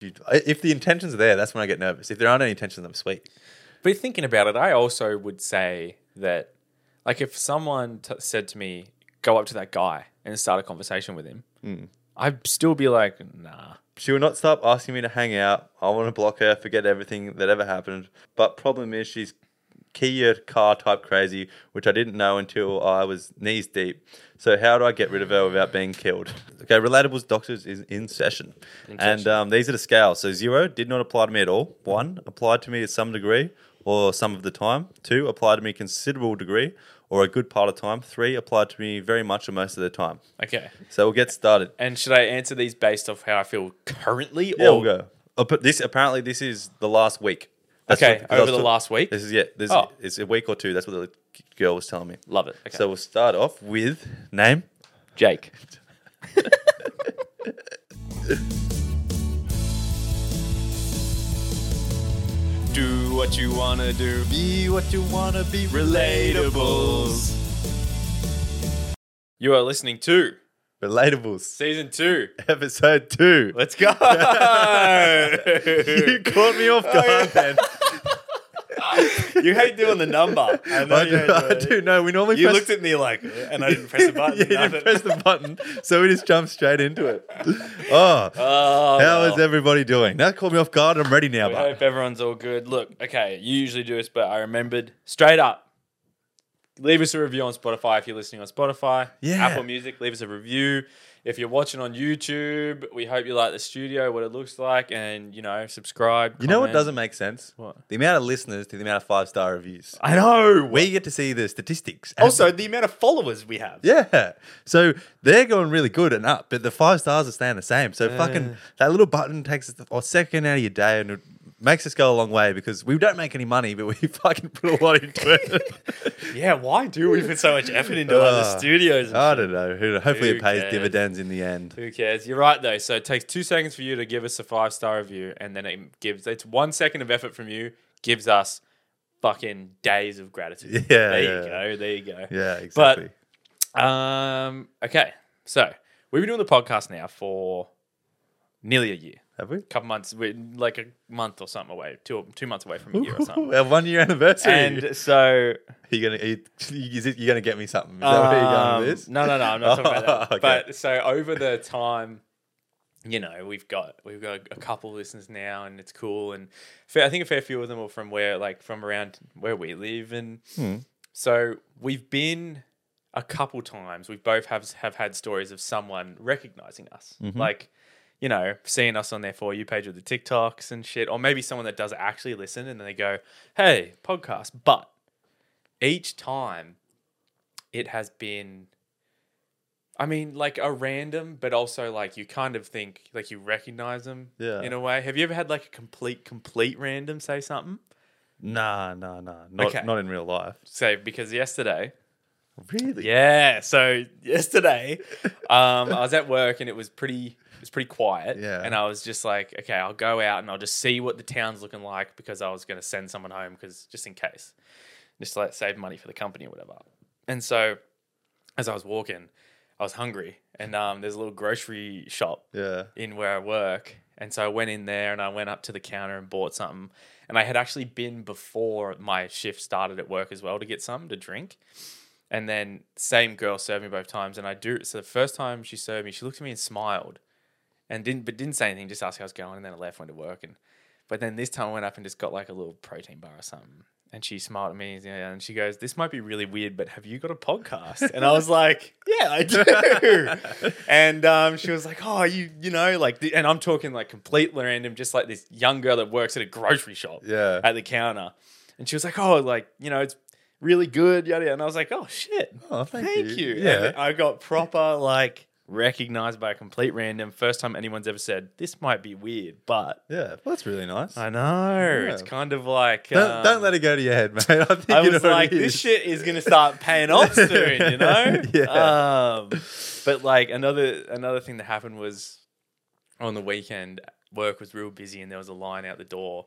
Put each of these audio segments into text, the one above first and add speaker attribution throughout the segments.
Speaker 1: Dude, I- if the intentions are there, that's when I get nervous. If there aren't any intentions, I'm sweet.
Speaker 2: But thinking about it, I also would say that, like, if someone t- said to me, "Go up to that guy and start a conversation with him,"
Speaker 1: Hmm.
Speaker 2: I'd still be like, "Nah."
Speaker 1: She will not stop asking me to hang out. I want to block her, forget everything that ever happened. But problem is, she's Kia car type crazy, which I didn't know until I was knees deep. So how do I get rid of her without being killed? Okay, relatables doctors is in session, and um, these are the scales. So zero did not apply to me at all. One applied to me to some degree or some of the time. Two applied to me considerable degree or a good part of time. Three applied to me very much or most of the time.
Speaker 2: Okay.
Speaker 1: So we'll get started.
Speaker 2: And should I answer these based off how I feel currently?
Speaker 1: Yeah,
Speaker 2: or
Speaker 1: we'll go. Uh, but this apparently this is the last week. That's
Speaker 2: Okay,
Speaker 1: what- 'cause I
Speaker 2: over
Speaker 1: was
Speaker 2: the
Speaker 1: t-
Speaker 2: last week.
Speaker 1: This is yeah. This
Speaker 2: Oh.
Speaker 1: is a week or two. That's what the girl was telling me.
Speaker 2: Love it. Okay.
Speaker 1: So we'll start off with name.
Speaker 2: Jake.
Speaker 3: Do what you wanna do.
Speaker 1: Be what you wanna be.
Speaker 3: Relatables.
Speaker 2: You are listening to
Speaker 1: Relatables.
Speaker 2: season two.
Speaker 1: Episode two.
Speaker 2: Let's go.
Speaker 1: you caught me
Speaker 2: Oh,
Speaker 1: off guard, man.
Speaker 2: you hate doing the number. I know
Speaker 1: I
Speaker 2: you hate
Speaker 1: do, I
Speaker 2: doing it.
Speaker 1: do know. We normally
Speaker 2: You
Speaker 1: press,
Speaker 2: looked at me like, "Eh," and I didn't press the button.
Speaker 1: yeah, you didn't
Speaker 2: nothing.
Speaker 1: press the button, so we just jumped straight into it. Oh,
Speaker 2: Oh,
Speaker 1: how is
Speaker 2: well.
Speaker 1: everybody doing? That caught me off guard. I'm ready now,
Speaker 2: We
Speaker 1: but
Speaker 2: hope everyone's all good. Look, okay, you usually do this, but I remembered straight up. Leave us a review on Spotify if you're listening on Spotify.
Speaker 1: Yeah.
Speaker 2: Apple Music, leave us a review. If you're watching on YouTube, we hope you like the studio, what it looks like, and you know, subscribe.
Speaker 1: you know what
Speaker 2: comment.
Speaker 1: doesn't make sense?
Speaker 2: What?
Speaker 1: The amount of listeners to the amount of five star reviews.
Speaker 2: I know.
Speaker 1: We get to see the statistics. And-
Speaker 2: also the amount of followers we have.
Speaker 1: yeah. So they're going really good and up, but the five stars are staying the same. So fucking that little button takes a second out of your day and it makes us go a long way because we don't make any money, but we fucking put a lot into it.
Speaker 2: Yeah, why do we put so much effort into
Speaker 1: Ah.
Speaker 2: other studios? and
Speaker 1: I don't know. Who- Hopefully
Speaker 2: Who
Speaker 1: it pays
Speaker 2: cares?
Speaker 1: dividends in the end.
Speaker 2: Who cares? You're right though. So it takes two seconds for you to give us a five star review, and then it gives it's one second of effort from you gives us fucking days of gratitude.
Speaker 1: Yeah,
Speaker 2: there you
Speaker 1: yeah.
Speaker 2: go. There you go.
Speaker 1: Yeah, exactly.
Speaker 2: Um. Okay. So we've been doing the podcast now for nearly a year,
Speaker 1: Have we?
Speaker 2: a couple months. We're like a month or something away, two two months away from a year or something.
Speaker 1: Our one year anniversary.
Speaker 2: And so
Speaker 1: are you gonna are you, is it, you're gonna get me something? Is that where you're going with
Speaker 2: Um,
Speaker 1: this?
Speaker 2: No, no, no. I'm not talking about that.
Speaker 1: Okay.
Speaker 2: But so over the time, you know, we've got we've got a couple listeners now, and it's cool. And fair, I think a fair few of them are from where, like, from around where we live, and
Speaker 1: Hmm.
Speaker 2: so we've been a couple times. We both have have had stories of someone recognizing us,
Speaker 1: Mm-hmm.
Speaker 2: like. You know, seeing us on their for you page with the TikToks and shit, or maybe someone that does actually listen, and they go, "Hey, podcast." But each time it has been I mean, like a random, but also like you kind of think like you recognize them
Speaker 1: Yeah.
Speaker 2: in a way. Have you ever had like a complete, complete random say something?
Speaker 1: Nah, nah, nah. Not
Speaker 2: Okay.
Speaker 1: not in real life.
Speaker 2: Say because yesterday.
Speaker 1: Really?
Speaker 2: Yeah. So yesterday, um, I was at work and it was pretty it was pretty quiet.
Speaker 1: Yeah.
Speaker 2: And I was just like, okay, I'll go out and I'll just see what the town's looking like because I was gonna send someone home because just in case. Just to, like save money for the company or whatever. And so as I was walking, I was hungry and um, there's a little grocery shop
Speaker 1: Yeah.
Speaker 2: in where I work. And so I went in there and I went up to the counter and bought something. And I had actually been before my shift started at work as well to get something to drink. And then same girl served me both times. And I do so the first time she served me, she looked at me and smiled and didn't but didn't say anything, just asked how I was going, and then I left, went to work and but then this time I went up and just got like a little protein bar or something. And she smiled at me you know, and she goes, This might be really weird, but have you got a podcast? And I was like, Yeah, I do. and um, she was like, Oh, you, you know, like, the, and I'm talking like completely random, just like this young girl that works at a grocery shop
Speaker 1: Yeah.
Speaker 2: at the counter. And she was like, Oh, like, you know, it's really good, yada yada. And I was like, Oh, shit.
Speaker 1: Oh, thank,
Speaker 2: Thank you.
Speaker 1: Yeah.
Speaker 2: And uh, I got proper like recognized by a complete random. First time anyone's ever said this might be weird, but
Speaker 1: yeah. Well, that's really nice.
Speaker 2: I know
Speaker 1: Yeah.
Speaker 2: it's kind of like
Speaker 1: don't,
Speaker 2: um,
Speaker 1: don't let it go to your head, mate. I think
Speaker 2: I
Speaker 1: you know
Speaker 2: was
Speaker 1: what it
Speaker 2: like, this
Speaker 1: is.
Speaker 2: shit is gonna start paying off soon, you know.
Speaker 1: Yeah.
Speaker 2: Um, but like another another thing that happened was on the weekend, work was real busy and there was a line out the door,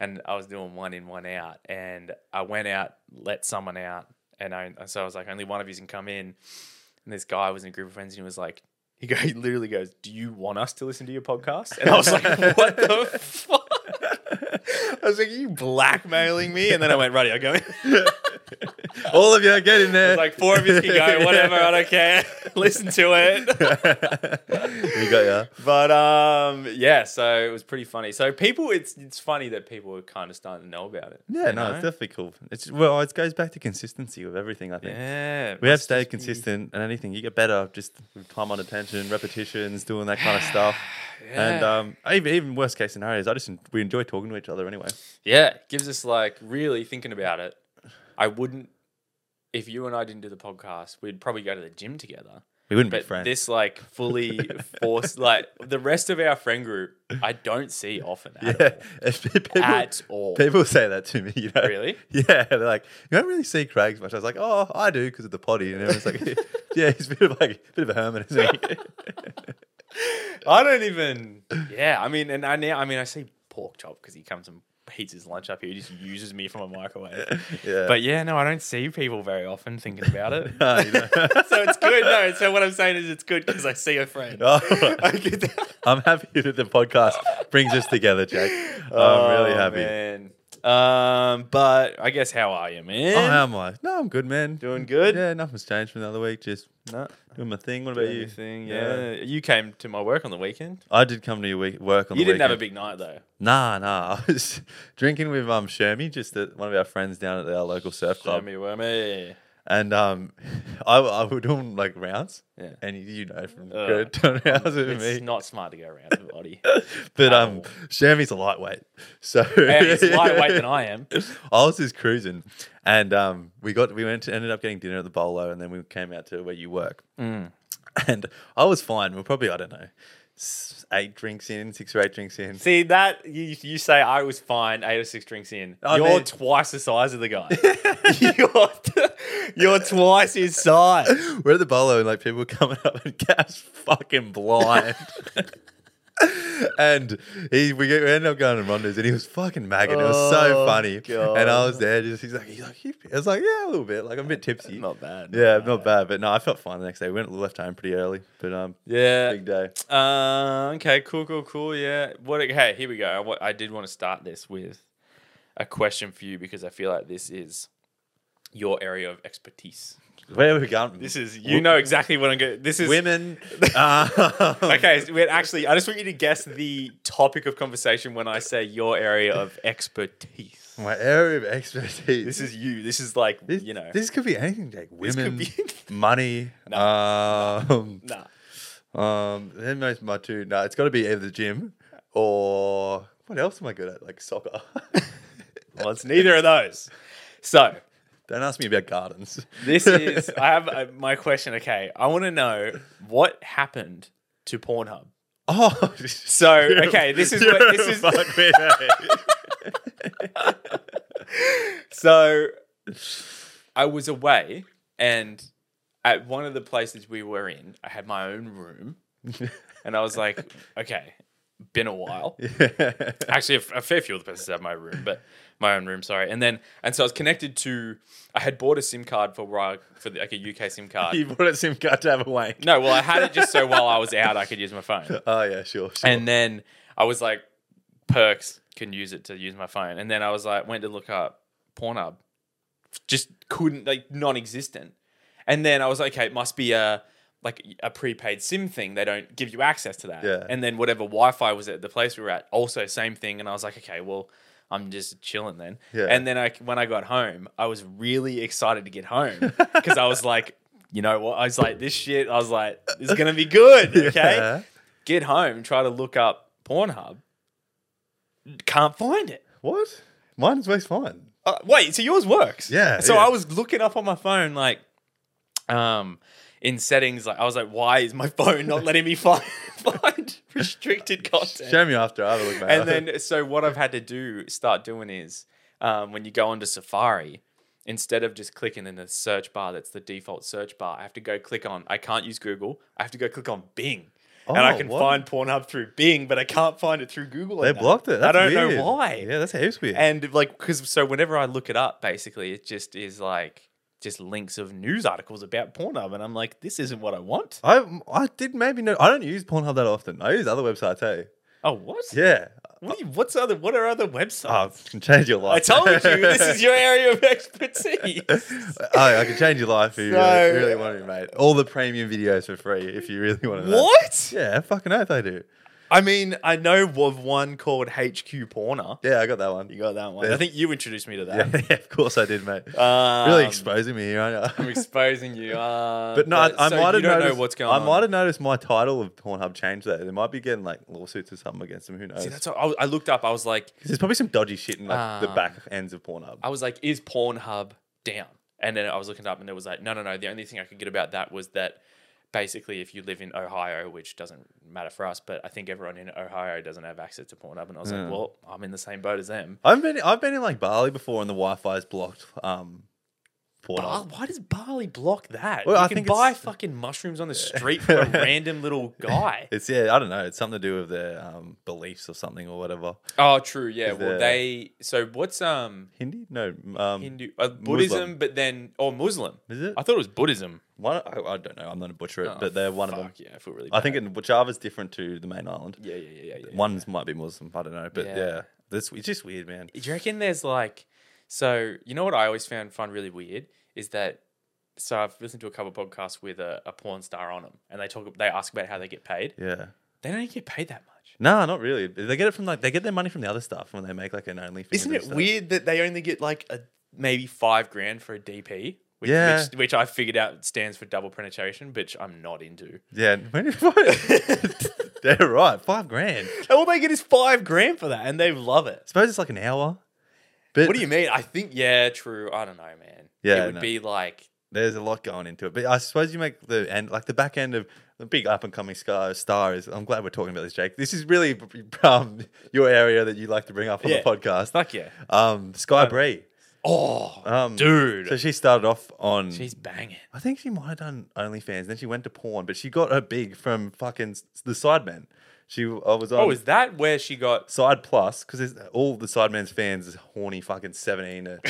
Speaker 2: and I was doing one in, one out, and I went out, let someone out, and I so I was like, only one of you can come in, and this guy was in a group of friends and he was like. He, go, he literally goes, "Do you want us to listen to your podcast?" And I was like, "What the fuck?" I was like, "You blackmailing me?" And then I went, "Righty, I go."
Speaker 1: All of you get in there.
Speaker 2: like four of you can go, whatever, I don't care. listen to it.
Speaker 1: we got ya.
Speaker 2: But um, yeah, so it was pretty funny. So people, it's it's funny that people are kind of starting to know about it.
Speaker 1: Yeah, no,
Speaker 2: you know?
Speaker 1: it's definitely cool. It's well, it goes back to consistency with everything. I think
Speaker 2: yeah.
Speaker 1: we have
Speaker 2: must
Speaker 1: stayed
Speaker 2: just be-
Speaker 1: consistent and anything. You get better just with time on attention, repetitions, doing that kind of stuff. And
Speaker 2: Yeah.
Speaker 1: um, even, even worst case scenarios, I just en- we enjoy talking to each other anyway.
Speaker 2: Yeah, it gives us like really thinking about it. I wouldn't if you and I didn't do the podcast, we'd probably go to the gym together.
Speaker 1: We wouldn't be
Speaker 2: But
Speaker 1: friends.
Speaker 2: this like fully forced like the rest of our friend group, I don't see often at
Speaker 1: yeah, If people,
Speaker 2: all. At all.
Speaker 1: people say that to me. You know?
Speaker 2: Really?
Speaker 1: Yeah, they're like, you don't really see Craig much. I was like, oh, I do because of the potty, and everyone's like, yeah, he's a bit of like a bit of a hermit, isn't he?
Speaker 2: I don't even. Yeah, I mean, and I now, I mean, I see pork chop because he comes and heats his lunch up here. He just uses me from a microwave.
Speaker 1: yeah,
Speaker 2: But yeah, no, I don't see people very often thinking about it.
Speaker 1: No, you don't.
Speaker 2: so it's good. No, so what I'm saying is it's good because I see a friend.
Speaker 1: Oh.
Speaker 2: I get that.
Speaker 1: I'm happy that the podcast brings us together, Jake. I'm really
Speaker 2: Oh,
Speaker 1: happy.
Speaker 2: man. Um, but I guess how are you, man?
Speaker 1: Oh, how am I? No, I'm good, man.
Speaker 2: Doing good?
Speaker 1: Yeah, nothing's changed from the other week. Just
Speaker 2: No,
Speaker 1: doing my thing. What about
Speaker 2: doing
Speaker 1: you?
Speaker 2: your thing, Yeah. you came to my work on the weekend.
Speaker 1: I did come to your week, work on
Speaker 2: You
Speaker 1: the
Speaker 2: didn't have a
Speaker 1: weekend.
Speaker 2: big night though.
Speaker 1: Nah, nah. I was drinking with um Shermie, just at one of our friends down at our local surf club.
Speaker 2: Jeremy Wormy.
Speaker 1: And um, I, I were doing like rounds.
Speaker 2: Yeah. Uh,
Speaker 1: And you, you know from
Speaker 2: Ugh.
Speaker 1: good doing rounds with
Speaker 2: It's
Speaker 1: me.
Speaker 2: not smart to go around with body.
Speaker 1: But um,
Speaker 2: Ow.
Speaker 1: Shermie's a lightweight. So
Speaker 2: Hey, it's lightweight than I am.
Speaker 1: I was just cruising, and um, we got we went to, ended up getting dinner at the bolo, and then we came out to where you work.
Speaker 2: Mm.
Speaker 1: And I was fine. We are probably I don't know s- eight drinks in, six or eight drinks in.
Speaker 2: See that you, you say I was fine eight or six drinks in.
Speaker 1: I
Speaker 2: you're
Speaker 1: mean-
Speaker 2: twice the size of the guy. Oh, you're, you're twice his size.
Speaker 1: We're at the bolo, and like people were coming up and gas fucking blind. and he we, get, we ended up going to Rondo's, and he was fucking maggot. It was so
Speaker 2: Oh,
Speaker 1: funny.
Speaker 2: God.
Speaker 1: And I was there, just he's like he's like "You-" I was like yeah a little bit, like I'm a bit tipsy.
Speaker 2: Not bad.
Speaker 1: yeah, not bad, but no, I felt fine the next day. We went left home pretty early, but um,
Speaker 2: Yeah.
Speaker 1: big day.
Speaker 2: Uh, okay. Cool. Cool. Cool. Yeah. What? Hey, here we go. I, wa- I did want to start this with a question for you because I feel like this is your area of expertise.
Speaker 1: Where are we going?
Speaker 2: This is you know exactly what I'm going. This is
Speaker 1: women. um,
Speaker 2: Okay, so wait, actually, I just want you to guess the topic of conversation when I say your area of expertise.
Speaker 1: My area of expertise.
Speaker 2: This is you. This is like,
Speaker 1: this,
Speaker 2: you know.
Speaker 1: This could be anything, like
Speaker 2: This could
Speaker 1: women,
Speaker 2: be-
Speaker 1: money. um,
Speaker 2: nah.
Speaker 1: um, then those my two. No, it's got to be either the gym or what else am I good at? Like soccer.
Speaker 2: Well, it's neither of those. So,
Speaker 1: Don't ask me about gardens.
Speaker 2: this is, I have uh my question. Okay, I want to know what happened to Pornhub.
Speaker 1: oh.
Speaker 2: So, okay, this is
Speaker 1: you're
Speaker 2: what, this
Speaker 1: a
Speaker 2: is,
Speaker 1: fuck me, eh?
Speaker 2: so I was away and at one of the places we were in, I had my own room and I was like, okay, been a while. actually a, f- a fair few of the places have my room, but my own room, sorry. And then and so I was connected to. I had bought a SIM card for where I, for the, like a UK SIM card.
Speaker 1: you bought a SIM card to have a wank.
Speaker 2: no, well I had it just so while I was out I could use my phone.
Speaker 1: Oh yeah, sure. sure.
Speaker 2: And then I was like, perks can use it to use my phone. And then I was like, went to look up Pornhub, just couldn't like non-existent. And then I was like, okay, it must be a like a prepaid SIM thing. They don't give you access to that.
Speaker 1: Yeah.
Speaker 2: And then whatever Wi-Fi was at the place we were at, also same thing. And I was like, okay, well. I'm just chilling then.
Speaker 1: Yeah.
Speaker 2: And then I, when I got home, I was really excited to get home because I was like, you know what? I was like, this shit, I was like, it's going to be good. Okay
Speaker 1: Yeah.
Speaker 2: get home, try to look up Pornhub, can't find it.
Speaker 1: What? Mine's waste fine.
Speaker 2: Uh, wait, so yours works?
Speaker 1: Yeah,
Speaker 2: So
Speaker 1: yeah.
Speaker 2: I was looking up on my phone, like, um, in settings, like I was like, why is my phone not letting me find, find restricted content?
Speaker 1: Show me after. I have a look, mate.
Speaker 2: and then so what I've had to do start doing is um, when you go onto Safari, instead of just clicking in the search bar that's the default search bar, I have to go click on. I can't use Google. I have to go click on Bing. and I
Speaker 1: Oh,
Speaker 2: can
Speaker 1: what?
Speaker 2: find Pornhub through Bing, but I can't find it through Google.
Speaker 1: They
Speaker 2: and that.
Speaker 1: blocked it.
Speaker 2: I
Speaker 1: That's
Speaker 2: don't
Speaker 1: weird.
Speaker 2: know why.
Speaker 1: Yeah, that's heaps weird.
Speaker 2: And like, because so whenever I look it up, basically, it just is like just links of news articles about Pornhub, and I'm like, this isn't what I want.
Speaker 1: I I did maybe know. I don't use Pornhub that often. I use other websites. Hey,
Speaker 2: Oh, what?
Speaker 1: yeah.
Speaker 2: What do you, what's other? What are other
Speaker 1: Oh,
Speaker 2: websites?
Speaker 1: I can change your life.
Speaker 2: I told you this is your area of expertise.
Speaker 1: oh, I can change your life if you really,
Speaker 2: So-
Speaker 1: really want to, mate. All the premium videos for free if you really want to. know.
Speaker 2: what?
Speaker 1: Yeah, fucking oath I do.
Speaker 2: I mean, I know of one called HQ Porner.
Speaker 1: Yeah, I got that one.
Speaker 2: You got that one.
Speaker 1: Yeah.
Speaker 2: I think you introduced me to
Speaker 1: Yeah,
Speaker 2: that.
Speaker 1: yeah, of course I did, mate.
Speaker 2: Um,
Speaker 1: really exposing me here, aren't
Speaker 2: I'm
Speaker 1: you?
Speaker 2: exposing you. Uh,
Speaker 1: But no, I, I
Speaker 2: so
Speaker 1: might
Speaker 2: you
Speaker 1: have
Speaker 2: don't
Speaker 1: noticed,
Speaker 2: know what's going
Speaker 1: I
Speaker 2: on.
Speaker 1: might have noticed my title of Pornhub changed there. They might be getting like lawsuits or something against them. Who knows?
Speaker 2: See, that's what I, was- I looked up. I was like,
Speaker 1: 'Cause there's probably some dodgy shit in like the
Speaker 2: Um,
Speaker 1: back ends of Pornhub.
Speaker 2: I was like, is Pornhub down? And then I was looking it up, and it was like, no, no, no. The only thing I could get about that was that basically, if you live in Ohio, which doesn't matter for us, but I think everyone in Ohio doesn't have access to Pornhub, and I was
Speaker 1: Yeah.
Speaker 2: like, well, I'm in the same boat as them.
Speaker 1: I've been I've been in like Bali before, and the Wi-Fi is blocked. Um,
Speaker 2: Bar-
Speaker 1: Pornhub.
Speaker 2: why does Bali block that?
Speaker 1: Well,
Speaker 2: you
Speaker 1: I
Speaker 2: can
Speaker 1: think it's-
Speaker 2: buy fucking mushrooms on the street from a random little guy.
Speaker 1: It's yeah, I don't know. It's something to do with their um, beliefs or something or whatever.
Speaker 2: Oh, true. Yeah.
Speaker 1: Is
Speaker 2: Well,
Speaker 1: the-
Speaker 2: they. So what's um
Speaker 1: Hindi? No, um,
Speaker 2: Hindu uh, Buddhism, but then or Muslim?
Speaker 1: Is it?
Speaker 2: I thought it was Buddhism.
Speaker 1: One, I, I don't know. I'm not a butcher it,
Speaker 2: Oh,
Speaker 1: but they're one of them.
Speaker 2: Fuck, yeah, I feel really.
Speaker 1: I think
Speaker 2: bad.
Speaker 1: in, Java's different to the main island.
Speaker 2: Yeah, yeah, yeah, yeah. yeah.
Speaker 1: One's might be Muslim. I don't know, but yeah,
Speaker 2: Yeah.
Speaker 1: this it's just weird, man.
Speaker 2: Do you reckon there's like, so you know what I always found fun really weird is that. So I've listened to a couple podcasts with a, a porn star on them, and they talk. They ask about how they get paid.
Speaker 1: Yeah.
Speaker 2: They don't get paid that much.
Speaker 1: Nah, not really. They get it from like they get their money from the other stuff when they make like an OnlyFans.
Speaker 2: Isn't
Speaker 1: and
Speaker 2: it
Speaker 1: stuff.
Speaker 2: weird that they only get like a maybe five grand for a DP? Which,
Speaker 1: Yeah.
Speaker 2: which, which I figured out stands for double penetration, which I'm not into.
Speaker 1: Yeah. When- they're right. Five grand.
Speaker 2: And all they get is five grand for that, and they love it.
Speaker 1: Suppose it's like an hour. But
Speaker 2: What do you mean? I think yeah, true. I don't know, man.
Speaker 1: Yeah,
Speaker 2: it would
Speaker 1: no.
Speaker 2: be like
Speaker 1: there's a lot going into it. But I suppose you make the end, like the back end of the big up and coming star, star is. I'm glad we're talking about this, Jake. This is really um, your area that you like to bring up on
Speaker 2: Yeah.
Speaker 1: the podcast.
Speaker 2: fuck yeah.
Speaker 1: Um, Sky Bree.
Speaker 2: Oh,
Speaker 1: Um,
Speaker 2: dude,
Speaker 1: So she started off on.
Speaker 2: she's banging.
Speaker 1: I think she might have done OnlyFans. Then she went to porn, but she got her big from fucking s- the Sidemen. She I was on
Speaker 2: Oh, is that where she got?
Speaker 1: Side Plus because all the Sidemen's fans is horny fucking seventeen to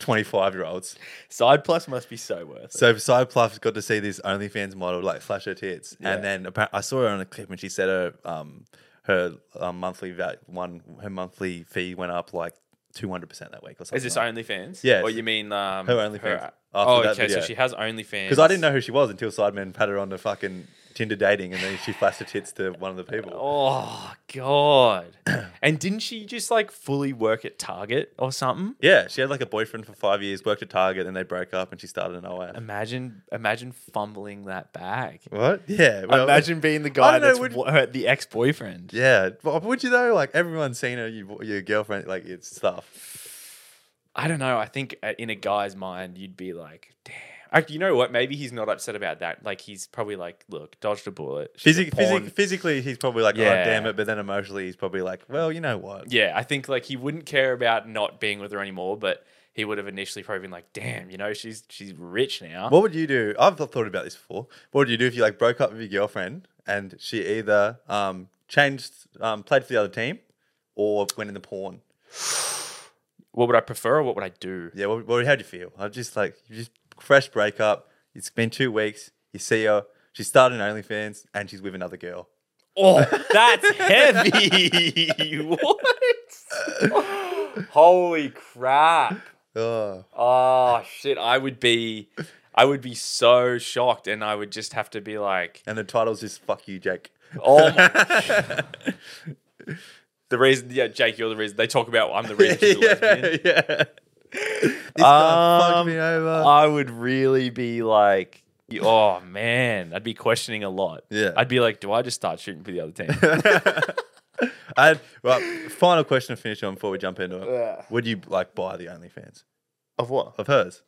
Speaker 1: twenty five year olds.
Speaker 2: Side plus must be so worth it.
Speaker 1: So Side Plus got to see this OnlyFans model like flash her tits,
Speaker 2: Yeah.
Speaker 1: and then appa- I saw her on a clip and she said her um her um, monthly va- one her monthly fee went up like two hundred percent that week or something.
Speaker 2: is this
Speaker 1: like.
Speaker 2: OnlyFans?
Speaker 1: Yes.
Speaker 2: Or you mean um,
Speaker 1: Her OnlyFans after
Speaker 2: oh,
Speaker 1: that
Speaker 2: okay.
Speaker 1: video.
Speaker 2: So she has OnlyFans.
Speaker 1: Because I didn't know who she was until Sidemen had her on to fucking Tinder dating, and then she flashed her tits to one of the people.
Speaker 2: Oh god! and didn't she just like fully work at Target or something?
Speaker 1: Yeah, she had like a boyfriend for five years, worked at Target, and they broke up, and she started an OA.
Speaker 2: Imagine, imagine fumbling that bag.
Speaker 1: What? Yeah. Well,
Speaker 2: imagine being the guy
Speaker 1: don't know,
Speaker 2: that's
Speaker 1: would-
Speaker 2: wo- her, the ex-boyfriend.
Speaker 1: Yeah. But would you though? Like everyone's seen her, you, your girlfriend, like it's stuff.
Speaker 2: I don't know. I think uh, in a guy's mind, you'd be like, damn. Like, you know what? Maybe he's not upset about that. Like, he's probably like, look, dodged a bullet. She's a
Speaker 1: Physic- physic-
Speaker 2: porn-
Speaker 1: physically, he's probably like,
Speaker 2: Yeah.
Speaker 1: oh damn it. But then emotionally, he's probably like, well, you know what?
Speaker 2: Yeah, I think like he wouldn't care about not being with her anymore, but he would have initially probably been like, damn, you know, she's she's rich now.
Speaker 1: What would you do? I've thought about this before. What would you do if you like broke up with your girlfriend and she either um, changed, um, played for the other team, or went in the porn?
Speaker 2: What would I prefer or what would I do?
Speaker 1: Yeah, well, well how do you feel? I'm just like, you just fresh breakup. It's been two weeks. You see her. She's starting OnlyFans and she's with another girl.
Speaker 2: Oh, that's heavy. what? Holy crap.
Speaker 1: Oh,
Speaker 2: Oh shit. I would be I would be so shocked and I would just have to be like
Speaker 1: and the title's just "fuck you, Jake."
Speaker 2: Oh my. the reason, yeah, Jake, you're the reason. They talk about I'm the reason she's a lesbian.
Speaker 1: yeah, yeah. This guy fucked
Speaker 2: Um,
Speaker 1: me over.
Speaker 2: I would really be like, oh man, I'd be questioning a lot.
Speaker 1: Yeah.
Speaker 2: I'd be like, do I just start shooting for the other team?
Speaker 1: I had, right, final question to finish on before we jump into it. Would you like buy the OnlyFans
Speaker 2: of what?
Speaker 1: of hers?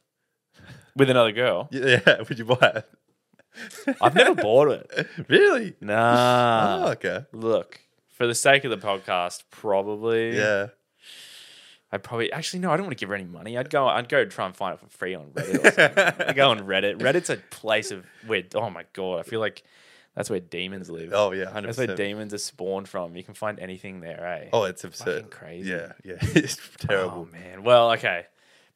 Speaker 2: With another girl.
Speaker 1: Yeah, yeah, would you buy
Speaker 2: I've never bought it.
Speaker 1: it? really?
Speaker 2: Nah.
Speaker 1: oh, okay.
Speaker 2: Look, for the sake of the podcast, probably.
Speaker 1: Yeah.
Speaker 2: I'd probably actually no, I don't want to give her any money. I'd go I'd go try and find it for free on Reddit or something. I'd go on Reddit. Reddit's a place of where oh my god, I feel like that's where demons live.
Speaker 1: Oh yeah, hundred
Speaker 2: that's where
Speaker 1: percent.
Speaker 2: demons are spawned from. You can find anything there, eh?
Speaker 1: Oh, it's absurd.
Speaker 2: Fucking crazy.
Speaker 1: Yeah, yeah, it's
Speaker 2: Oh,
Speaker 1: terrible.
Speaker 2: man. Well, okay.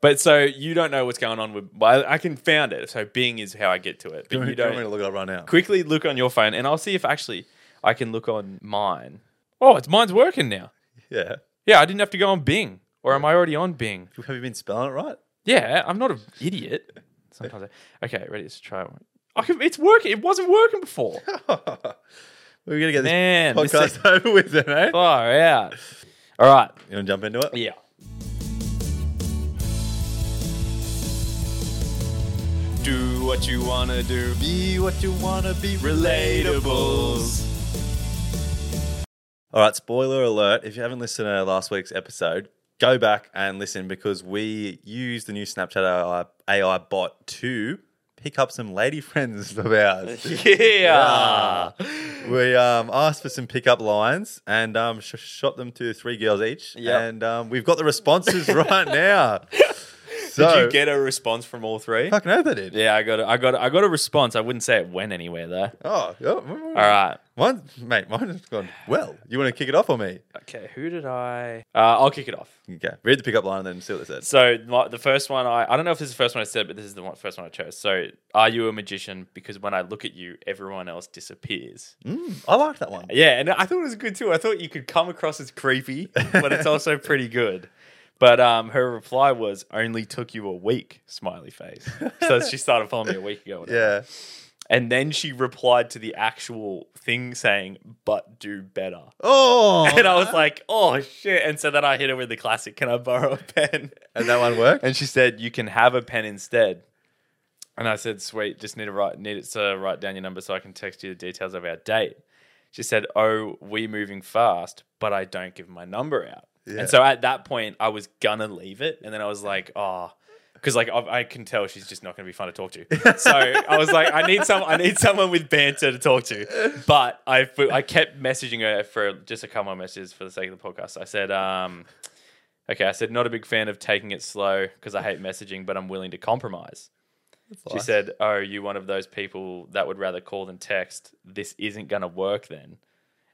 Speaker 2: But so you don't know what's going on with. Well, I, I can found it. So Bing is how I get to it. But
Speaker 1: Do
Speaker 2: you
Speaker 1: you don't want me
Speaker 2: don't
Speaker 1: to look it up right now?
Speaker 2: quickly look on your phone, and I'll see if actually I can look on mine. Oh, it's mine's working now.
Speaker 1: Yeah.
Speaker 2: Yeah, I didn't have to go on Bing, or am I already on Bing?
Speaker 1: Have you been spelling it right?
Speaker 2: Yeah, I'm not an idiot. Sometimes. I, okay, ready? Let's try one. I can, it's working. It wasn't working before.
Speaker 1: We're gonna get this
Speaker 2: Man, this
Speaker 1: podcast
Speaker 2: thing-
Speaker 1: over with, then, eh?
Speaker 4: Oh.
Speaker 2: far out. All right.
Speaker 1: You want to jump into it?
Speaker 2: Yeah.
Speaker 4: Do what you wanna do. Be what you wanna be. Relatables.
Speaker 1: All right, spoiler alert. If you haven't listened to last week's episode, go back and listen because we used the new Snapchat AI, AI bot to pick up some lady friends of ours.
Speaker 2: Yeah.
Speaker 1: we um, asked for some pickup lines and um, sh- shot them to three girls each.
Speaker 2: Yep.
Speaker 1: And um, we've got the responses right now. So,
Speaker 2: Did you get a response from all three?
Speaker 1: Fucking oath I did.
Speaker 2: Yeah, I got a, I got a, I got a response. I wouldn't say it went anywhere though.
Speaker 1: Oh, yeah.
Speaker 2: All right.
Speaker 1: Mine, mate, mine has gone well. You want to kick it off on me?
Speaker 2: Okay, who did I? Uh, I'll kick it off.
Speaker 1: Okay. Read the pickup line and then see what they said.
Speaker 2: So my, the first one, I, I don't know if this is the first one I said, but this is the one, first one I chose. So, are you a magician? Because when I look at you, everyone else disappears.
Speaker 1: Mm, I like that one.
Speaker 2: Yeah, and I thought it was good too. I thought you could come across as creepy, but it's also pretty good. But um, her reply was only took you a week, smiley face. So she started following me a week ago. whatever.
Speaker 1: Yeah.
Speaker 2: And then she replied to the actual thing saying, but do better.
Speaker 1: Oh.
Speaker 2: And I was like, oh shit. And so then I hit her with the classic, can I borrow a pen?
Speaker 1: And that one worked?
Speaker 2: And she said, you can have a pen instead. And I said, sweet, just need to write need it to write down your number so I can text you the details of our date. She said, Oh, we moving fast, but I don't give my number out.
Speaker 1: Yeah.
Speaker 2: And so at that point, I was gonna leave it. And then I was like, oh, because like I, I can tell she's just not gonna be fun to talk to. So I was like, I need some I need someone with banter to talk to. But I I kept messaging her for just a couple more messages for the sake of the podcast. I said, um, Okay, I said, not a big fan of taking it slow because I hate messaging, but I'm willing to compromise. She
Speaker 1: nice.
Speaker 2: said, Oh, you one of those people that would rather call than text. This isn't going to work then.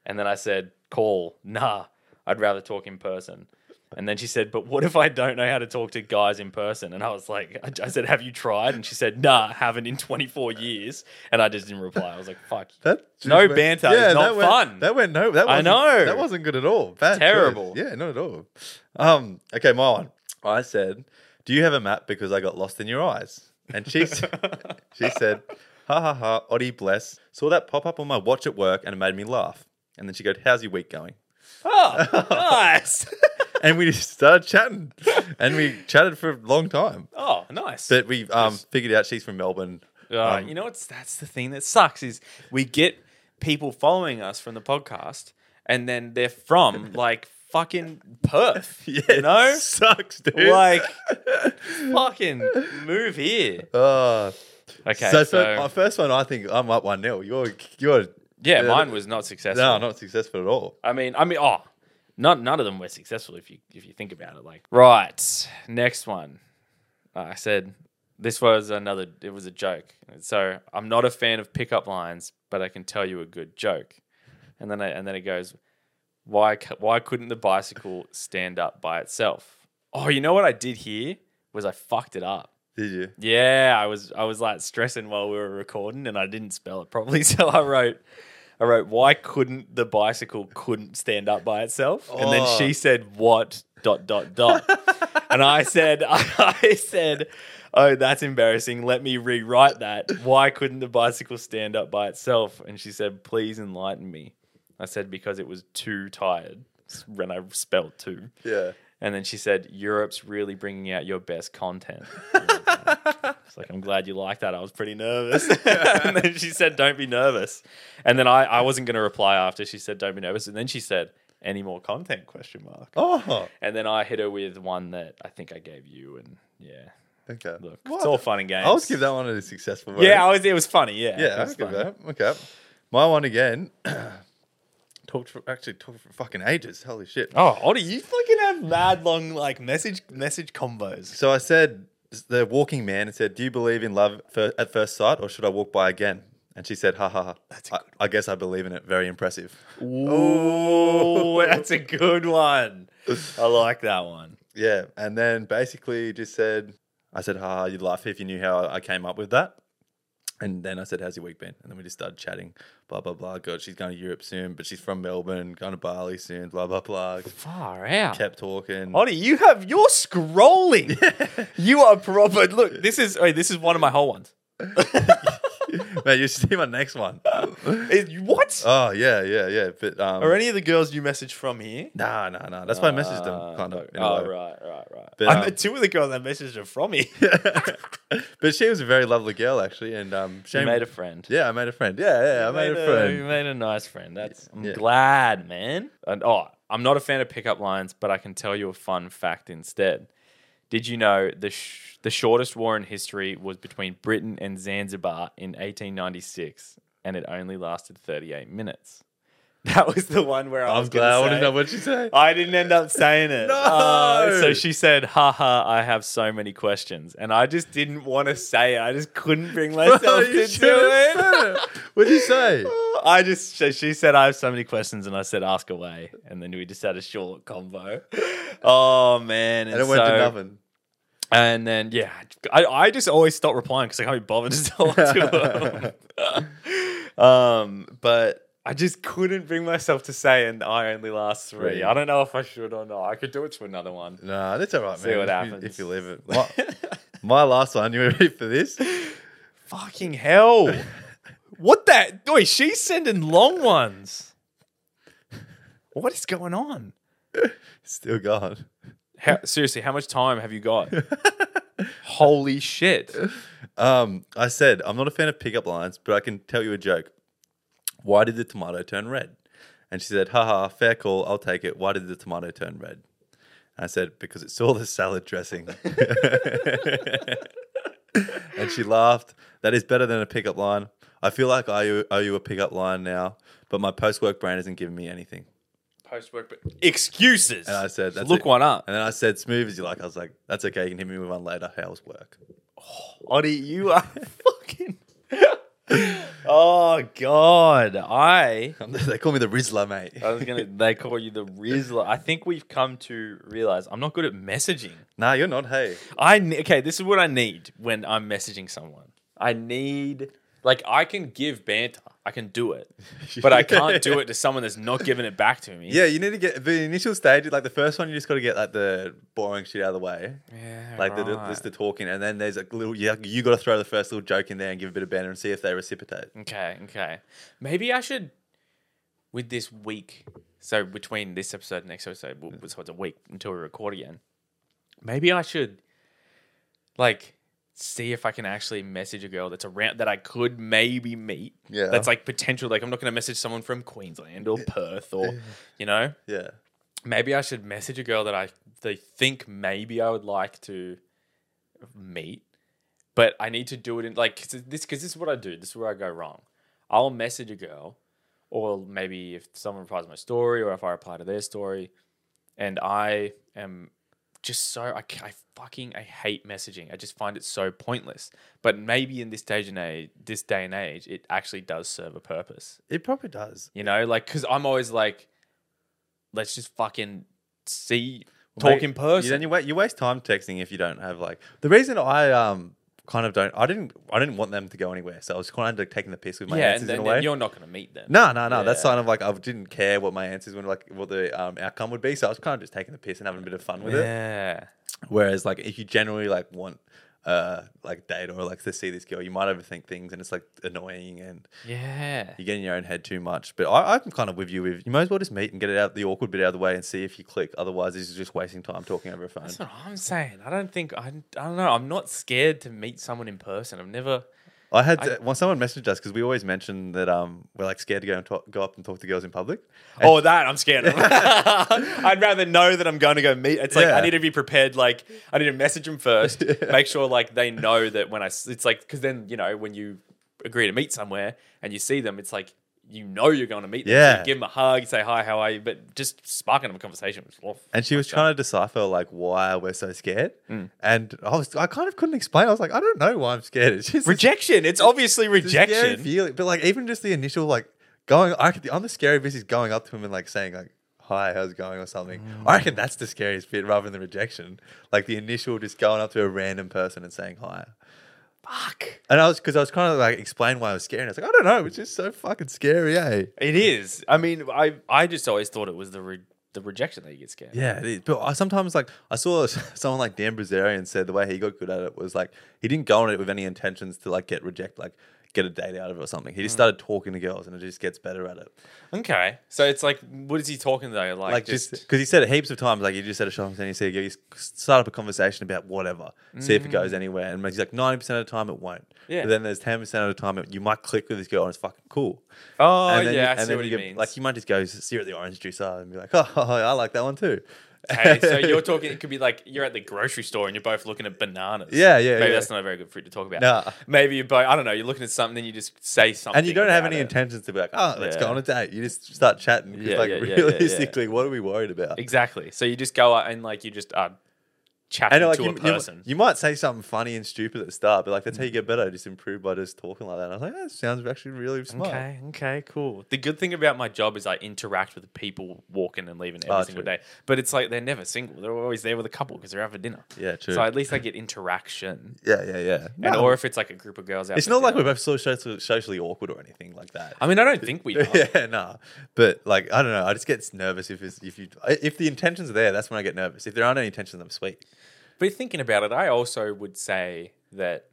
Speaker 2: And then I said, Call. Nah, I'd rather talk in person. And then she said, But what if I don't know how to talk to guys in person? And I was like, I- I said, Have you tried? And she said, Nah, haven't in 24 years. And I just didn't reply. I was like, Fuck.
Speaker 1: That just
Speaker 2: No banter, it's not
Speaker 1: that went,
Speaker 2: fun.
Speaker 1: That went no. That
Speaker 2: I
Speaker 1: wasn't-
Speaker 2: know.
Speaker 1: That wasn't good at all. Bad
Speaker 2: Terrible.
Speaker 1: choice. Yeah, not at all. Um. Okay, my one. I said, "Do you have a map? Because I got lost in your eyes." And she, s- she said, "Ha ha ha, Oddy bless. Saw that pop up on my watch at work, and it made me laugh." And then she goes, "How's your week going?"
Speaker 2: Oh, nice.
Speaker 1: And we just started chatting, and we chatted for a long time.
Speaker 2: oh, nice.
Speaker 1: But we um figured out she's from Melbourne.
Speaker 2: Uh,
Speaker 1: Um,
Speaker 2: you know what's that's the thing that sucks is we get people following us from the podcast and then they're from like fucking Perth. You know?
Speaker 1: sucks, dude.
Speaker 2: Like fucking move here.
Speaker 1: Oh,
Speaker 2: Okay.
Speaker 1: so,
Speaker 2: So,
Speaker 1: so my first one, I think I'm up one 0 You're you're yeah,
Speaker 2: yeah, mine
Speaker 1: that-
Speaker 2: was not successful.
Speaker 1: no, not successful at all.
Speaker 2: I mean, I mean, oh, not none of them were successful if you if you think about it. Like, right, next one. Uh, I said this was another. It was a joke. So I'm not a fan of pickup lines, but I can tell you a good joke. And then I, and then it goes, why c- why couldn't the bicycle stand up by itself? Oh, you know what I did here was I fucked it up.
Speaker 1: Did you?
Speaker 2: Yeah, I was I was like stressing while we were recording and I didn't spell it properly, so I wrote I wrote why couldn't the bicycle couldn't stand up by itself? And then
Speaker 1: Oh.
Speaker 2: she said what dot dot dot. and I said I said Oh, that's embarrassing. Let me rewrite that. Why couldn't the bicycle stand up by itself? And she said, "Please enlighten me." I said because it was too tired when I spelled two.
Speaker 1: Yeah.
Speaker 2: And then she said, Europe's really bringing out your best content. it's like, I'm glad you like that. I was pretty nervous. and then she said, Don't be nervous. And then I, I wasn't going to reply after she said, Don't be nervous. And then she said, Any more content? Question mark.
Speaker 1: Oh,
Speaker 2: And then I hit her with one that I think I gave you. And yeah,
Speaker 1: okay.
Speaker 2: look,
Speaker 1: What?
Speaker 2: it's all fun and games.
Speaker 1: I would give that one a successful. vote.
Speaker 2: Yeah, I was, it was funny. Yeah.
Speaker 1: yeah,
Speaker 2: it
Speaker 1: I'll
Speaker 2: was
Speaker 1: give
Speaker 2: funny.
Speaker 1: that. Okay. My one again. talked for actually talked for fucking ages. Holy shit.
Speaker 2: Oh, Oddie, you fucking have mad long like message message combos.
Speaker 1: So I said the walking man and said, "Do you believe in love fir- at first sight, or should I walk by again?" And she said, "Ha ha ha."
Speaker 2: That's a
Speaker 1: I, I guess I believe in it. Very impressive.
Speaker 2: Ooh, that's a good one. I like that one.
Speaker 1: Yeah. And then basically just said, I said, ha, you'd laugh if you knew how I came up with that. And then I said, how's your week been? And then we just started chatting, blah, blah, blah. God, she's going to Europe soon, but she's from Melbourne, going to Bali soon, blah, blah, blah.
Speaker 2: Far out.
Speaker 1: Kept talking.
Speaker 2: Ollie, you have you're scrolling. You are proper. Look, this is wait, this is one of my whole ones.
Speaker 1: Mate, you should see my next one.
Speaker 2: Is- what?
Speaker 1: oh, yeah, yeah, yeah. But, um,
Speaker 2: Are any of the girls you message from here?
Speaker 1: Nah, nah, nah. That's why I messaged them, kind of. in a
Speaker 2: Oh,
Speaker 1: way.
Speaker 2: right, right, right.
Speaker 1: But,
Speaker 2: I
Speaker 1: um,
Speaker 2: met two of the girls I messaged are from here.
Speaker 1: but she was a very lovely girl, actually. And um,
Speaker 2: You
Speaker 1: shame.
Speaker 2: made a friend.
Speaker 1: yeah, I made a friend. Yeah, yeah, I
Speaker 2: You
Speaker 1: made, a
Speaker 2: You
Speaker 1: friend.
Speaker 2: made a nice friend. That's I'm
Speaker 1: Yeah.
Speaker 2: glad, man. And oh, I'm not a fan of pickup lines, but I can tell you a fun fact instead. Did you know the sh- the shortest war in history was between Britain and Zanzibar in 1896, and it only lasted 38 minutes. That was the one where I
Speaker 1: I'm
Speaker 2: was
Speaker 1: glad I
Speaker 2: gonna
Speaker 1: want
Speaker 2: say-
Speaker 1: to know what she said.
Speaker 2: I didn't end up saying it.
Speaker 1: No!
Speaker 2: Uh, so she said, haha, I have so many questions. And I just didn't want to say it. I just couldn't bring myself
Speaker 1: Oh,
Speaker 2: to do
Speaker 1: you should've said
Speaker 2: it.
Speaker 1: it. What'd you say?
Speaker 2: I just, she- she said, I have so many questions. And I said, ask away. And then we just had a short combo. Oh, man.
Speaker 1: And it went to
Speaker 2: so-
Speaker 1: nothing.
Speaker 2: And then, yeah, I, I just always stop replying because I can't be bothered to talk to them. um, but I just couldn't bring myself to say, and I only last three.
Speaker 1: Three.
Speaker 2: I don't know if I should or not. I could do it to another one.
Speaker 1: Nah, that's all right,
Speaker 2: See
Speaker 1: man.
Speaker 2: what
Speaker 1: if
Speaker 2: happens.
Speaker 1: You, if you leave it. My, my last one. You ready for this?
Speaker 2: Fucking hell. what that? Boy, she's sending long ones. What is going on?
Speaker 1: Still gone.
Speaker 2: How, seriously, how much time have you got? Holy shit.
Speaker 1: Um, I said I'm not a fan of pickup lines, but I can tell you a joke. Why did the tomato turn red? And she said, "Haha, fair call. I'll take it. Why did the tomato turn red?" I said, "Because it saw the salad dressing." and she laughed. That is better than a pickup line. I feel like I owe owe you a pickup line now, but my post-work brain isn't giving me anything.
Speaker 2: Post work, but excuses.
Speaker 1: And I said, That's
Speaker 2: Look
Speaker 1: it.
Speaker 2: one up.
Speaker 1: And then I said, "Smooth as you like." I was like, "That's okay. You can hit me with one later. How's work?"
Speaker 2: Oddy, you are fucking. oh God, I.
Speaker 1: they call me the Rizzler, mate.
Speaker 2: I was gonna. They call you the Rizzler. I think we've come to realize I'm not good at messaging.
Speaker 1: nah, you're not. Hey.
Speaker 2: I ne- okay. This is what I need when I'm messaging someone. I need like I can give banter. I can do it, but I can't do it to someone that's not giving it back to me.
Speaker 1: Yeah, you need to get the initial stage, like the first one, you just got to get like the boring shit out of the way,
Speaker 2: Yeah,
Speaker 1: like the, the,
Speaker 2: right.
Speaker 1: just the talking, and then there's a little you, you got to throw the first little joke in there and give a bit of banter and see if they reciprocate.
Speaker 2: Okay, okay. Maybe I should, with this week, so between this episode and next episode, well, so it's a week until we record again. Maybe I should, like, see if I can actually message a girl that's around that I could maybe meet.
Speaker 1: Yeah.
Speaker 2: That's like potential. Like, I'm not going to message someone from Queensland or Perth or, you know,
Speaker 1: Yeah,
Speaker 2: maybe I should message a girl that I they think maybe I would like to meet, but I need to do it in like 'cause this because this is what I do. This is where I go wrong. I'll message a girl, or maybe if someone replies to my story, or if I reply to their story, and I am just so I, ca- I fucking I hate messaging. I just find it so pointless. But maybe in this day and age, this day and age, it actually does serve a purpose.
Speaker 1: it probably does.
Speaker 2: You know, like because I'm always like, let's just fucking see,
Speaker 1: Well,
Speaker 2: talk
Speaker 1: mate,
Speaker 2: in person.
Speaker 1: You, then you wait. You waste time texting if you don't have like the reason I um kind of don't. I didn't. I didn't want them to go anywhere, so I was kind of like taking the piss with my
Speaker 2: yeah, and
Speaker 1: answers
Speaker 2: then,
Speaker 1: in a
Speaker 2: then
Speaker 1: way.
Speaker 2: you're not gonna meet them.
Speaker 1: No, no, no. That's
Speaker 2: Yeah.
Speaker 1: kind of like I didn't care what my answers were like, what the um, outcome would be. So I was kind of just taking the piss and having a bit of fun with it.
Speaker 2: Yeah.
Speaker 1: Whereas like if you generally like want uh like date or like to see this girl, you might overthink things and it's like annoying and
Speaker 2: Yeah.
Speaker 1: you get in your own head too much. But I, I'm kind of with you with you might as well just meet and get it out the awkward bit out of the way and see if you click. Otherwise this is just wasting time talking over a phone.
Speaker 2: That's what I'm saying. I don't think I. I don't know. I'm not scared to meet someone in person. I've never.
Speaker 1: I had to, well, someone messaged us because we always mention that um we're like scared to go and talk, go up and talk to girls in public. And-
Speaker 2: Oh, that I'm scared of. I'd rather know that I'm going to go meet. It's like I
Speaker 1: Yeah.
Speaker 2: need to be prepared. Like I need to message them first, make sure like they know that when I. s- It's like because then you know when you agree to meet somewhere and you see them, it's like you know you're going to meet them. So you
Speaker 1: Yeah.
Speaker 2: give them a hug, say hi, how are you? But just sparking up a conversation. Was, well,
Speaker 1: And she was trying to decipher like why we're so scared,
Speaker 2: Mm.
Speaker 1: and I was I kind of couldn't explain. I was like, I don't know why I'm scared. It's just
Speaker 2: rejection. It's obviously
Speaker 1: It's a scary
Speaker 2: rejection.
Speaker 1: feeling, but like even just the initial like going, I could, I'm the scary bit is going up to him and like saying like hi, how's it going, or something. I reckon that's the scariest bit rather than the rejection. Like the initial just going up to a random person and saying hi.
Speaker 2: Fuck.
Speaker 1: And I was, because I was kind of like, explain why I was scared. And I was like, I don't know, it's just so fucking scary, eh?
Speaker 2: It is. I mean, I I just always thought it was the re- the rejection that you get scared.
Speaker 1: Yeah, it is. But I sometimes like I saw s- someone like Dan Brazarian said the way he got good at it was like he didn't go on it with any intentions to like get reject like get a date out of it or something. He just started talking to girls and it just gets better at it.
Speaker 2: Okay. So it's like, what is he talking though? Like,
Speaker 1: Like just
Speaker 2: just,
Speaker 1: because he said it heaps of times, like he just said a shop and he said you start up a conversation about whatever, see if it goes anywhere. And he's like ninety percent of the time it won't.
Speaker 2: Mm. Yeah.
Speaker 1: But then there's ten percent of the time it, you might click with this girl and it's fucking cool.
Speaker 2: oh
Speaker 1: and then,
Speaker 2: yeah,
Speaker 1: and
Speaker 2: I see
Speaker 1: then
Speaker 2: what he
Speaker 1: you
Speaker 2: means.
Speaker 1: Like you might just go see her at the orange juice bar and be like, oh, I like that one too.
Speaker 2: okay, so you're talking. It could be like you're at the grocery store and you're both looking at bananas.
Speaker 1: Yeah, yeah, yeah.
Speaker 2: Maybe that's not a very good fruit to talk about.
Speaker 1: Nah.
Speaker 2: Maybe you both. I don't know. You're looking at something, and you just say something.
Speaker 1: and you don't have
Speaker 2: about
Speaker 1: any
Speaker 2: it.
Speaker 1: intentions to be like, oh, let's go
Speaker 2: Yeah.
Speaker 1: on a date. You just start chatting. 'cause,
Speaker 2: Yeah,
Speaker 1: like,
Speaker 2: yeah, yeah, yeah, yeah.
Speaker 1: realistically, what are we worried about?
Speaker 2: Exactly. So you just go out and like you just are chatting
Speaker 1: And like
Speaker 2: to
Speaker 1: you,
Speaker 2: a
Speaker 1: you-
Speaker 2: person.
Speaker 1: you might say something funny and stupid at the start, but like that's how you get better. Just improve by just talking like that. And I was like, that sounds actually really smart.
Speaker 2: Okay, okay, cool. The good thing about my job is I interact with people walking and leaving every
Speaker 1: Ah,
Speaker 2: single
Speaker 1: true.
Speaker 2: day. But it's like they're never single. They're always there with a couple because they're out for dinner.
Speaker 1: Yeah, true.
Speaker 2: So at least I get interaction.
Speaker 1: yeah, yeah, yeah.
Speaker 2: And
Speaker 1: No,
Speaker 2: or if it's like a group of girls out.
Speaker 1: it's
Speaker 2: for
Speaker 1: not like
Speaker 2: dinner.
Speaker 1: we're both so social, socially awkward or anything like that.
Speaker 2: I mean, I don't think we are.
Speaker 1: yeah, nah. But like, I don't know. I just get nervous if it's, if you if the intentions are there. That's when I get nervous. If there aren't any intentions, I'm sweet.
Speaker 2: But thinking about it, I also would say that,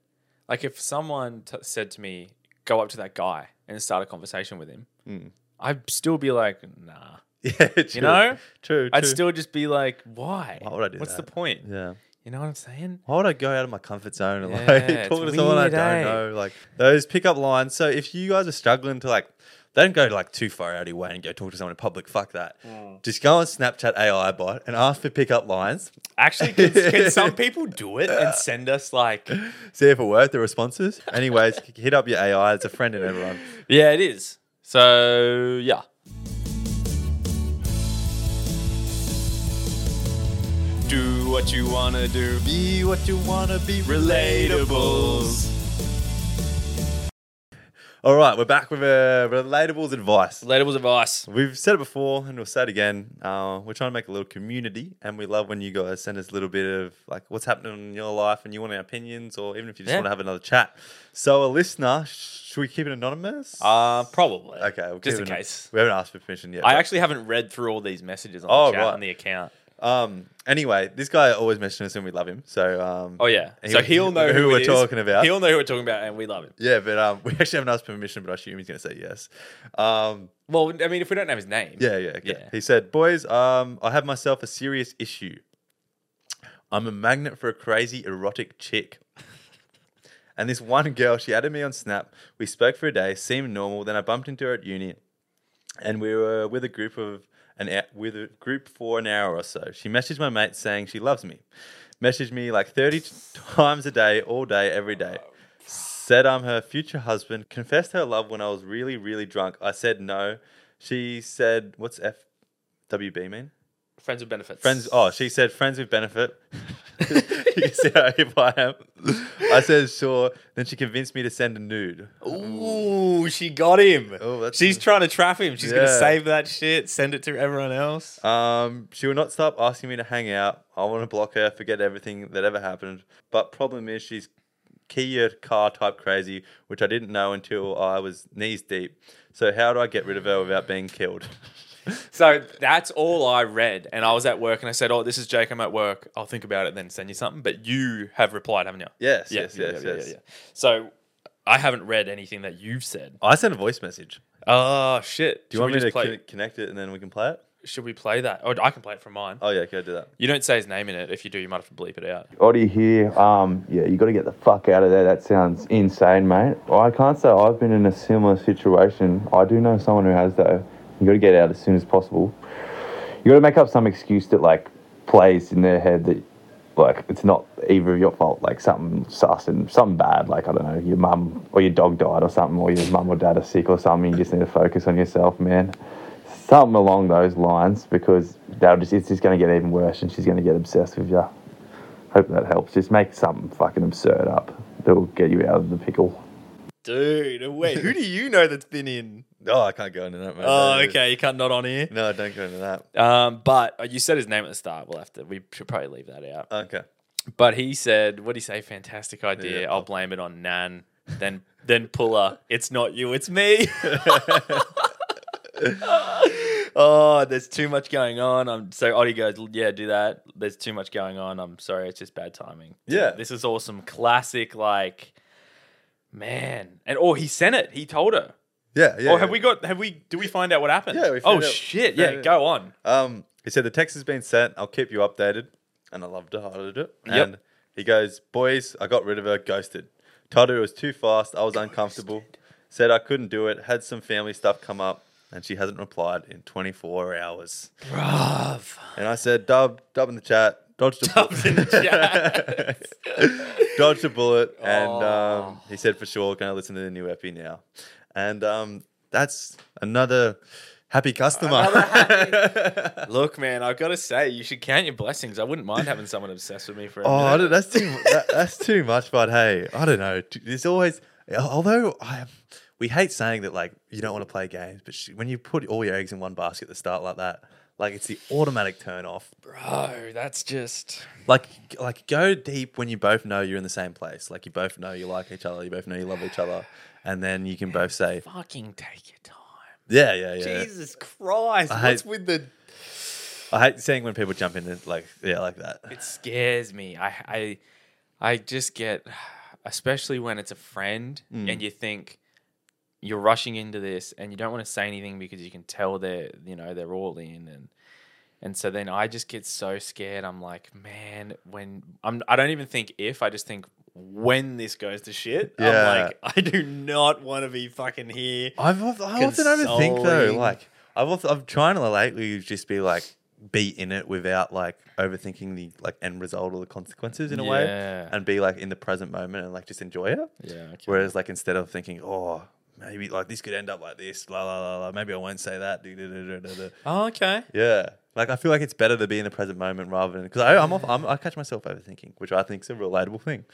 Speaker 2: like, if someone t- said to me, "Go up to that guy and start a conversation with him,"
Speaker 1: Hmm.
Speaker 2: I'd still be like, "Nah."
Speaker 1: Yeah, true,
Speaker 2: know?
Speaker 1: True.
Speaker 2: I'd
Speaker 1: true.
Speaker 2: still just be like, "Why?
Speaker 1: Why would I do
Speaker 2: What's
Speaker 1: that?
Speaker 2: the point?"
Speaker 1: Yeah.
Speaker 2: You know what I'm saying?
Speaker 1: Why would I go out of my comfort zone and like
Speaker 2: Yeah, it's
Speaker 1: talking to someone I
Speaker 2: weird,
Speaker 1: don't
Speaker 2: eh?
Speaker 1: know? Like those pickup lines. So if you guys are struggling to like, don't go like too far out of your way and go talk to someone in public. Fuck that. Just go on Snapchat AI bot and ask for pickup lines.
Speaker 2: Actually, can, can some people do it and send us like?
Speaker 1: See if it worked. The responses. Anyways, hit up your AI. It's a friend in everyone.
Speaker 2: Yeah, it is. So yeah,
Speaker 5: Do what you wanna do. Be what you wanna be. Relatables.
Speaker 1: All right, we're back with uh, relatables advice.
Speaker 2: relatable advice.
Speaker 1: We've said it before, and we'll say it again. Uh, we're trying to make a little community, and we love when you guys send us a little bit of like what's happening in your life, and you want our opinions, or even if you just
Speaker 2: Yeah.
Speaker 1: want to have another chat. So, a listener, sh- should we keep it anonymous?
Speaker 2: Uh, probably.
Speaker 1: okay, we'll
Speaker 2: just
Speaker 1: keep
Speaker 2: in
Speaker 1: it anon-
Speaker 2: case.
Speaker 1: we haven't asked for permission yet.
Speaker 2: I
Speaker 1: but-
Speaker 2: actually haven't read through all these messages on
Speaker 1: Oh,
Speaker 2: the chat
Speaker 1: right.
Speaker 2: on the account.
Speaker 1: um. Anyway, this guy always mentions us, and we love him. So, um.
Speaker 2: Oh yeah.
Speaker 1: he-
Speaker 2: so he'll know who,
Speaker 1: we're
Speaker 2: it is.
Speaker 1: talking about.
Speaker 2: He'll know who we're talking about, and we love him.
Speaker 1: yeah, but um, we actually haven't asked permission, but I assume he's going to say yes. Um,
Speaker 2: Well, I mean, if we don't know his name,
Speaker 1: Yeah, yeah, okay.
Speaker 2: Yeah.
Speaker 1: He said, "Boys, um, I have myself a serious issue. I'm a magnet for a crazy erotic chick." And this one girl, she added me on Snap. We spoke for a day, seemed normal. Then I bumped into her at uni, and we were with a group of an hou- with a group for an hour or so. She messaged my mate saying she loves me. Messaged me like thirty t- times a day, all day, every day. Said I'm her future husband. Confessed her love when I was really, really drunk. I said no. She said, "What's FWB mean?"
Speaker 2: friends with benefits.
Speaker 1: Friends. Oh, she said friends with benefit. you can see how hip I am. I said sure. Then she convinced me to send a nude.
Speaker 2: Ooh, she got him.
Speaker 1: Oh, that's-
Speaker 2: She's trying to trap him. She's gonna
Speaker 1: Yeah.
Speaker 2: save that shit, send it to everyone else.
Speaker 1: Um, she will not stop asking me to hang out. I want to block her, forget everything that ever happened. But problem is, she's Kia car type crazy, which I didn't know until I was knees deep. So how do I get rid of her without being killed?
Speaker 2: So that's all I read, and I was at work, and I said, "Oh, this is Jake. I'm at work. I'll think about it, and then send you something." But you have replied, haven't you?
Speaker 1: Yes, yes, yes, yes.
Speaker 2: So I haven't read anything that you've said.
Speaker 1: I sent a voice message.
Speaker 2: Oh shit!
Speaker 1: Do you want me to
Speaker 2: play?
Speaker 1: con- connect it and then we can play it?
Speaker 2: should we play that? Oh, I can play it from mine.
Speaker 1: Oh yeah, go do that.
Speaker 2: You don't say his name in it. If you do, you might have to bleep it out.
Speaker 6: Oddy here. Um, yeah, you got to get the fuck out of there. That sounds insane, mate. I can't say I've been in a similar situation. I do know someone who has though. You got to get out as soon as possible. You got to make up some excuse that like plays in their head that like it's not either of your fault. Like something sus and something bad. Like I don't know, your mum or your dog died or something, or your mum or dad are sick or something. You just need to focus on yourself, man something along those lines because they'll just it's just going to get even worse and she's going to get obsessed with you. Hope that helps. Just make something fucking absurd up that will get you out of the pickle.
Speaker 2: Dude, wait, who do you know that's been in?
Speaker 7: Oh, I can't go into that, man.
Speaker 2: Oh,
Speaker 7: That is-
Speaker 2: okay, you can't not on here.
Speaker 7: No, don't go into that.
Speaker 2: Um, but uh, you said his name at the start. We'll have to. We should probably leave that out.
Speaker 7: Okay.
Speaker 2: But he said, "What do you say? Fantastic idea.
Speaker 7: Yeah.
Speaker 2: I'll blame it on Nan. Then, then Puller. It's not you. It's me." oh, there's too much going on. I'm so Oddy goes, "Yeah, do that." There's too much going on. I'm sorry. It's just bad timing.
Speaker 7: Yeah.
Speaker 2: this is awesome. Classic, like, man. And or he sent it. He told her.
Speaker 7: Yeah, yeah.
Speaker 2: or have
Speaker 7: yeah.
Speaker 2: we got? Have we? Do we find out what happened?
Speaker 7: Yeah, we
Speaker 2: oh
Speaker 7: found out.
Speaker 2: shit!
Speaker 7: Yeah,
Speaker 2: Yeah,
Speaker 7: yeah.
Speaker 2: go on.
Speaker 7: Um, he said the text has been sent. I'll keep you updated, and I loved it. I loved it.
Speaker 2: Yep.
Speaker 7: And he goes, boys, I got rid of her. Ghosted. Told her it was too fast. I was uncomfortable. Said I couldn't do it. Had some family stuff come up, and she hasn't replied in 24 hours.
Speaker 2: Bruv.
Speaker 7: And I said, dub, dub in the chat. Dodged a
Speaker 2: Dub's
Speaker 7: bullet.
Speaker 2: in the chat. Oh.
Speaker 7: Dodged a bullet, and um, he said for sure, "Can I listen to the new epi now?" And um, that's another happy customer.
Speaker 2: Look, man, I've got to say, you should count your blessings. I wouldn't mind having someone obsessed with me for a
Speaker 7: Oh,
Speaker 2: minute.
Speaker 7: I don't, that's too that, that's too much. But hey, I don't know. There's always, although I, we hate saying that like you don't want to play games, but sh- when you put all your eggs in one basket at the start like that, like it's the automatic turn off.
Speaker 2: Bro, that's just.
Speaker 7: Like like go deep when you both know you're in the same place. Like you both know you like each other. You both know you love each other, and then you can both say,
Speaker 2: Fucking take your time.
Speaker 7: yeah, yeah, yeah.
Speaker 2: Jesus Christ.
Speaker 7: I
Speaker 2: what's
Speaker 7: hate-
Speaker 2: with the.
Speaker 7: I hate seeing when people jump in and like yeah like that.
Speaker 2: It scares me. I, I, I just get, especially when it's a friend and you think you're rushing into this and you don't want to say anything because you can tell they're, you know, they're all in and. And so then I just get so scared. I'm like, man, when I'm, I don't even think if, I just think when this goes to shit.
Speaker 7: Yeah.
Speaker 2: I'm like, I do not want to be fucking here.
Speaker 7: I've of- I often overthink though.
Speaker 2: Consoling.
Speaker 7: Like I've also, I'm trying to lately just be like be in it without like overthinking the like end result or the consequences in a way,
Speaker 2: Yeah.
Speaker 7: and be like in the present moment and like just enjoy it.
Speaker 2: Yeah. Okay.
Speaker 7: Whereas like instead of thinking, oh maybe like this could end up like this, la la la la. Maybe I won't say that. doo, doo, doo, doo, doo, doo.
Speaker 2: Oh, okay.
Speaker 7: Yeah. Like I feel like it's better to be in the present moment rather than because I'm, off- I'm I catch myself overthinking, which I think is a relatable thing.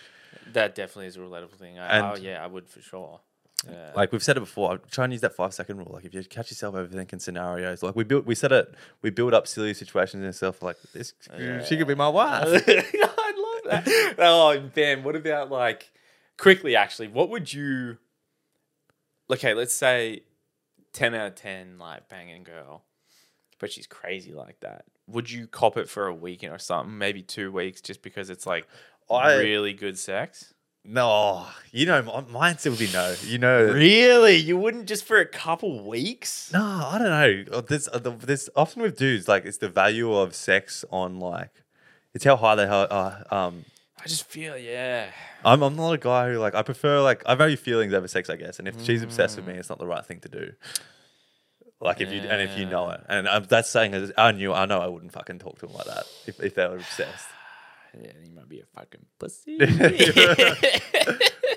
Speaker 2: That definitely is a relatable thing. I,
Speaker 7: And-
Speaker 2: oh, yeah, I would for sure. Yeah.
Speaker 7: like we've said it before, I'm trying to use that five second rule. Like if you catch yourself overthinking scenarios, like we built, we said it, we build up silly situations in ourselves. Like this, she could be my wife.
Speaker 2: I love that. Oh, Ben, what about like quickly actually, what would you Okay, let's say 10 out of 10 like banging girl, but she's crazy like that. Would you cop it for a week or something, maybe 2 weeks just because it's like
Speaker 7: I-
Speaker 2: really good sex?
Speaker 7: no, you know, my- my answer would be no. You know,
Speaker 2: Really? You wouldn't just for a couple weeks?
Speaker 7: no, I don't know. This, this often with dudes, like it's the value of sex on like, it's how high they are. Uh, um,
Speaker 2: I just feel yeah.
Speaker 7: I'm, I'm not a guy who like I prefer like I value feelings over sex, I guess. And if she's obsessed with me, it's not the right thing to do. Like if you and if you know it, and I'm, that's saying as I knew, I know I wouldn't fucking talk to them like that if, if they were obsessed.
Speaker 2: Yeah, you might be a fucking pussy.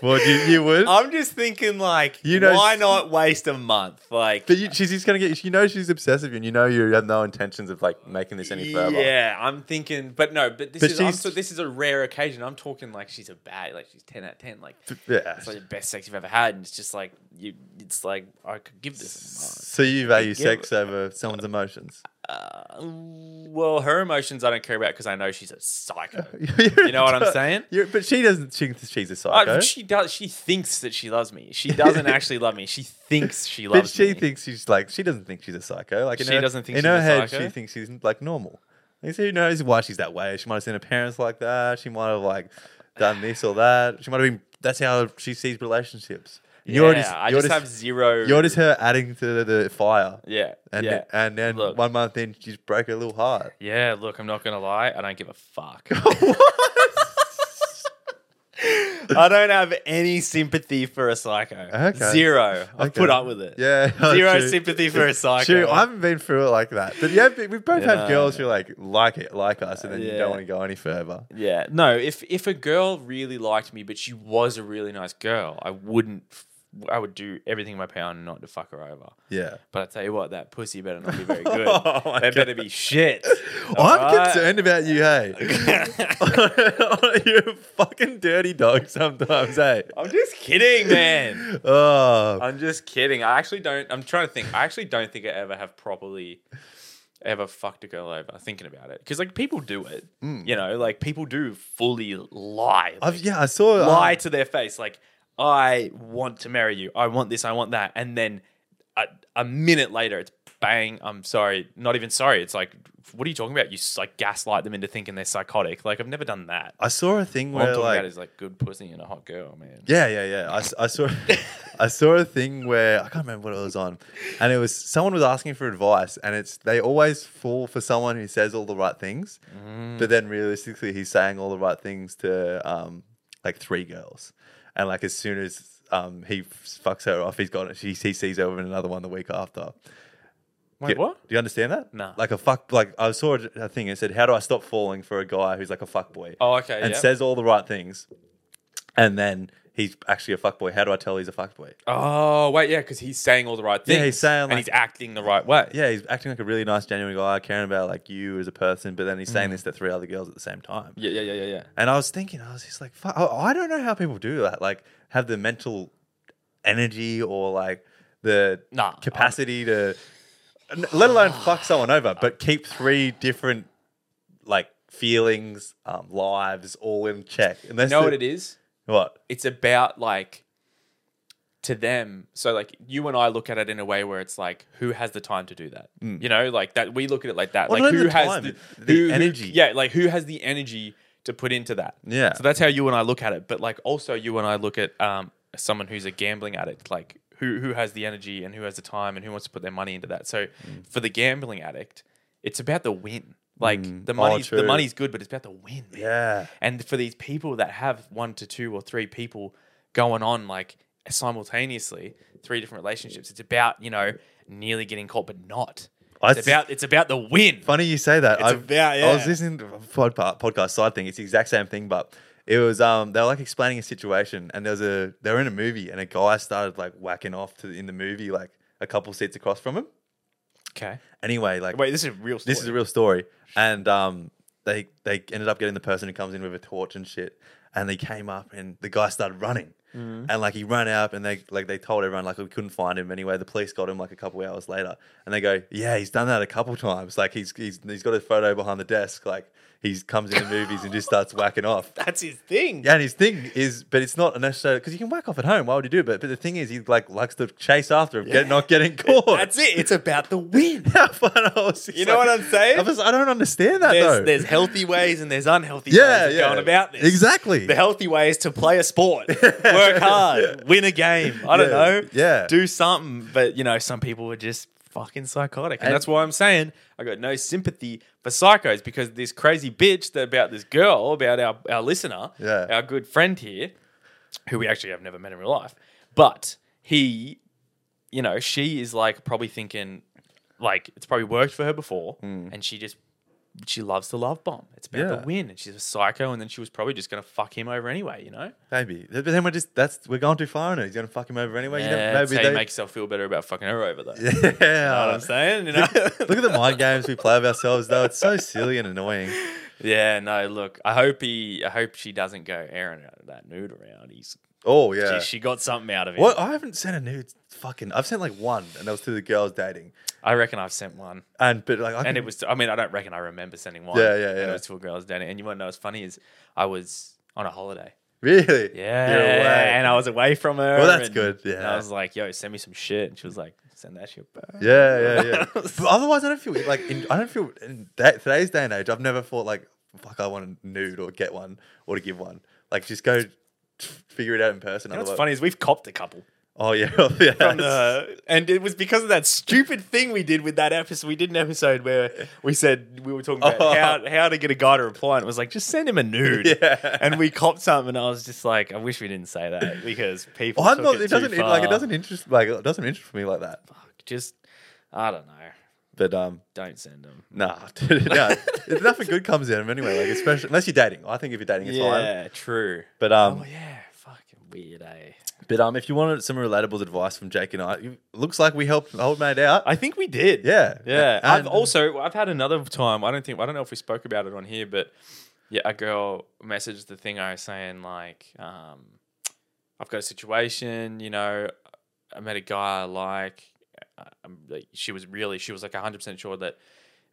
Speaker 7: well, you, you would,
Speaker 2: I'm just thinking, like,
Speaker 7: You know-
Speaker 2: why not waste a month? Like,
Speaker 7: but you, she's just gonna get. You know, she's obsessed with you, and you know you have no intentions of like making this any further.
Speaker 2: yeah, I'm thinking, but no, but this
Speaker 7: But
Speaker 2: is I'm,
Speaker 7: she's-
Speaker 2: so this is a rare occasion. I'm talking like she's a bad, like she's ten out of ten, like
Speaker 7: yeah.
Speaker 2: it's like the best sex you've ever had, and it's just like you, it's like I could give this.
Speaker 7: So you value
Speaker 2: get
Speaker 7: sex over someone's emotions.
Speaker 2: A month. Uh, Well, her emotions I don't care about because I know she's a psycho. You know what I'm saying?
Speaker 7: You're, but she doesn't. She, she's a psycho.
Speaker 2: I, she does. She thinks that she loves me. She doesn't actually love me. She thinks she
Speaker 7: But
Speaker 2: loves me.
Speaker 7: she thinks she's like she doesn't think she's a psycho. Like in
Speaker 2: She
Speaker 7: her,
Speaker 2: doesn't think
Speaker 7: in
Speaker 2: she's
Speaker 7: her
Speaker 2: a
Speaker 7: head
Speaker 2: psycho?
Speaker 7: she thinks she's like normal. And so who knows why she's that way? She might have seen her parents like that. She might have like done this or that. She might have been. That's how she sees relationships. And
Speaker 2: yeah, I
Speaker 7: you're
Speaker 2: just, have zero.
Speaker 7: You're just her adding to the, the fire.
Speaker 2: yeah,
Speaker 7: And
Speaker 2: yeah.
Speaker 7: and then
Speaker 2: Look.
Speaker 7: one month in, she's broke her little heart.
Speaker 2: Yeah, look, I'm not gonna lie, I don't give a fuck. I don't have any sympathy for a psycho.
Speaker 7: Okay.
Speaker 2: Zero. I've
Speaker 7: Okay.
Speaker 2: put up with it.
Speaker 7: Yeah, oh,
Speaker 2: Zero
Speaker 7: true.
Speaker 2: sympathy for a psycho.
Speaker 7: True, I haven't been through it like that. But yeah, we've both
Speaker 2: Yeah.
Speaker 7: had girls who like like it, like us, and then you
Speaker 2: Yeah.
Speaker 7: don't want to go any further.
Speaker 2: yeah. No, if if a girl really liked me, but she was a really nice girl, I wouldn't f- I would do everything in my power not to fuck her over.
Speaker 7: Yeah.
Speaker 2: But I tell you what, that pussy better not be very good.
Speaker 7: Oh my
Speaker 2: that better
Speaker 7: God.
Speaker 2: be shit.
Speaker 7: I'm
Speaker 2: Alright?
Speaker 7: concerned about you, hey. You're a fucking dirty dog sometimes, hey.
Speaker 2: I'm just kidding, man.
Speaker 7: Oh,
Speaker 2: I'm just kidding. I actually don't. I'm trying to think. I actually don't think I ever have properly ever fucked a girl over thinking about it because like people do it. You know, like people do fully lie.
Speaker 7: Mm. I've,
Speaker 2: like,
Speaker 7: yeah, I saw. uh,
Speaker 2: lie to their face. Like I want to marry you. I want this. I want that. And then a, a minute later, it's bang. I'm sorry. Not even sorry. It's like, what are you talking about? You s- like gaslight them into thinking they're psychotic. Like I've never done that.
Speaker 7: I saw a thing
Speaker 2: What I'm
Speaker 7: where
Speaker 2: talking
Speaker 7: like,
Speaker 2: about is like good pussy and a hot girl, man.
Speaker 7: yeah, yeah, yeah. I, s- I saw, I saw a thing where I can't remember what it was on, and it was someone was asking for advice, and it's they always fall for someone who says all the right things,
Speaker 2: Mm.
Speaker 7: but then realistically, he's saying all the right things to um like three girls, and like as soon as um he f- fucks her off, he's got she he sees over another one the week after.
Speaker 2: Wait,
Speaker 7: Do-
Speaker 2: what?
Speaker 7: Do you understand that?
Speaker 2: Nah.
Speaker 7: Like a fuck. Like I saw a a thing. It said, "How do I stop falling for a guy who's like a fuck boy?"
Speaker 2: Oh, okay.
Speaker 7: and
Speaker 2: yeah.
Speaker 7: says all the right things, and then he's actually a fuck boy. How do I tell he's a fuck boy?
Speaker 2: Oh wait, yeah, because he's saying all the right
Speaker 7: Yeah,
Speaker 2: things.
Speaker 7: he's saying,
Speaker 2: and
Speaker 7: like-
Speaker 2: he's acting the right way.
Speaker 7: Yeah, he's acting like a really nice, genuine guy, caring about like you as a person, but then he's
Speaker 2: Mm.
Speaker 7: saying this to three other girls at the same time.
Speaker 2: yeah, yeah, yeah, yeah. yeah.
Speaker 7: And I was thinking, I was just like, fuck, I- I don't know how people do that. Like, have the mental energy or like the
Speaker 2: Nah,
Speaker 7: capacity to, n- let alone fuck someone over, but keep three different like feelings, um, lives all in check. And
Speaker 2: You know what it is?
Speaker 7: What?
Speaker 2: It's about like to them. So like you and I look at it in a way where it's like, who has the time to do that? You know, like that. We look at it like that.
Speaker 7: Mm. Well,
Speaker 2: like
Speaker 7: not
Speaker 2: who
Speaker 7: even the
Speaker 2: has
Speaker 7: time,
Speaker 2: the,
Speaker 7: the
Speaker 2: who- who-
Speaker 7: energy.
Speaker 2: yeah, like who has the energy to put into that?
Speaker 7: Yeah.
Speaker 2: So that's how you and I look at it. But like also you and I look at um someone who's a gambling addict, like who who has the energy and who has the time and who wants to put their money into that. So
Speaker 7: Mm.
Speaker 2: for the gambling addict, it's about the win. Like the money's the
Speaker 7: Mm. Oh, true.
Speaker 2: money's good, but it's about the win. man.
Speaker 7: Yeah.
Speaker 2: And for these people that have one to two or three people going on like simultaneously, three different relationships, it's about, you know, nearly getting caught but not.
Speaker 7: I
Speaker 2: It's
Speaker 7: s-
Speaker 2: about it's about the win.
Speaker 7: Funny you say that.
Speaker 2: It's
Speaker 7: I've-
Speaker 2: about-
Speaker 7: I was
Speaker 2: yeah.
Speaker 7: listening to a pod, podcast side thing. It's the exact same thing, but it was um they were like explaining a situation, and there was a they were in a movie, and a guy started like whacking off to in the movie like a couple seats across from him.
Speaker 2: Okay.
Speaker 7: Anyway, like
Speaker 2: Wait, this is a real story.
Speaker 7: this is a real story, and um they they ended up getting the person who comes in with a torch and shit, and they came up, and the guy started running.
Speaker 2: Mm.
Speaker 7: And like he ran out, and they like they told everyone like we couldn't find him anyway. The police got him like a couple hours later, and they go, "Yeah, he's done that a couple times. Like he's he's he's got a photo behind the desk. Like he comes in the movies and just starts whacking off.
Speaker 2: That's his thing.
Speaker 7: Yeah, and his thing is, but it's not necessarily because you can whack off at home. Why would you do? it? But but the thing is, he like likes to chase after him, get, not getting caught.
Speaker 2: That's it. It's about the win.
Speaker 7: how fun I was. just
Speaker 2: You know
Speaker 7: like-
Speaker 2: what I'm saying?
Speaker 7: I, was- I don't understand that
Speaker 2: There's,
Speaker 7: though.
Speaker 2: there's healthy ways and there's unhealthy
Speaker 7: yeah,
Speaker 2: ways of
Speaker 7: yeah,
Speaker 2: going about this.
Speaker 7: exactly.
Speaker 2: The healthy way is to play a sport, work hard, win a game. I don't
Speaker 7: Yeah,
Speaker 2: know.
Speaker 7: yeah.
Speaker 2: Do something. But, you know, some people are just fucking psychotic. And,
Speaker 7: And-
Speaker 2: that's why I'm saying I got no sympathy for psychos because this crazy bitch that about this girl, about our, our listener,
Speaker 7: Yeah.
Speaker 2: our good friend here, who we actually have never met in real life, but he, you know, she is like probably thinking, like, it's probably worked for her before. And she just she loves the love bomb. It's about
Speaker 7: Mm. Yeah.
Speaker 2: the win, and she's a psycho, and then she was probably just gonna fuck him over anyway, you know.
Speaker 7: Maybe, but then we're just that's we're going too far in it. He's gonna fuck him over anyway. You
Speaker 2: Yeah,
Speaker 7: know,
Speaker 2: that's
Speaker 7: maybe
Speaker 2: how you
Speaker 7: they-
Speaker 2: make yourself feel better about fucking her over, though. You know what
Speaker 7: Yeah.
Speaker 2: I'm saying? You know?
Speaker 7: Look at the mind games we play with ourselves, though. It's so silly and annoying.
Speaker 2: yeah, no, look, I hope he, I hope she doesn't go airing out that nude around. He's,
Speaker 7: Oh yeah.
Speaker 2: she, she got something out of it.
Speaker 7: What? I haven't sent a nude. Fucking, I've sent like one, and that was to the girls dating.
Speaker 2: I reckon I've sent one,
Speaker 7: And but like, I
Speaker 2: and
Speaker 7: can-
Speaker 2: it was. To, I mean, I don't reckon I remember sending one.
Speaker 7: Yeah, yeah,
Speaker 2: And
Speaker 7: yeah.
Speaker 2: it was to a girl's dating, and you want to know what's funny is I was on a holiday.
Speaker 7: really
Speaker 2: Yeah,
Speaker 7: You're away.
Speaker 2: and I was away from her.
Speaker 7: Well, that's
Speaker 2: and-
Speaker 7: good,
Speaker 2: and
Speaker 7: yeah.
Speaker 2: I was like, "Yo, send me some shit," and she was like, "Send that shit back."
Speaker 7: Yeah, yeah, yeah. but otherwise, I don't feel like in, I don't feel in that, today's day and age. I've never thought like fuck, I want a nude or get one or to give one. Like just go figure it out in person.
Speaker 2: You know what's
Speaker 7: otherwise-
Speaker 2: funny is we've copped a couple.
Speaker 7: Oh yeah, yeah.
Speaker 2: From the, and it was because of that stupid thing we did with that episode. We did an episode where we said we were talking about
Speaker 7: Oh.
Speaker 2: how, how to get a guy to reply, and it was like, just send him a nude.
Speaker 7: Yeah.
Speaker 2: And we copped something, and I was just like, I wish we didn't say that because people.
Speaker 7: I'm
Speaker 2: took
Speaker 7: not.
Speaker 2: It,
Speaker 7: It doesn't
Speaker 2: too
Speaker 7: it, like it
Speaker 2: far.
Speaker 7: doesn't interest like it doesn't interest me like that.
Speaker 2: Just, I don't know.
Speaker 7: But um,
Speaker 2: Don't send them.
Speaker 7: nah, dude, no, It's nothing good comes out of 'em anyway. Like especially unless you're dating. I think if you're dating, it's fine.
Speaker 2: true.
Speaker 7: But um,
Speaker 2: Oh yeah, fucking weird, eh?
Speaker 7: But um, if you wanted some relatable advice from Jake and I, it looks like we helped old mate out.
Speaker 2: I think we did.
Speaker 7: yeah,
Speaker 2: Yeah.
Speaker 7: And-
Speaker 2: I've also I've had another time. I don't think I don't know if we spoke about it on here, but yeah, a girl messaged the thing I was saying like, um, I've got a situation. You know, I met a guy I like. I- I'm, like, she was really she was like 100 percent sure that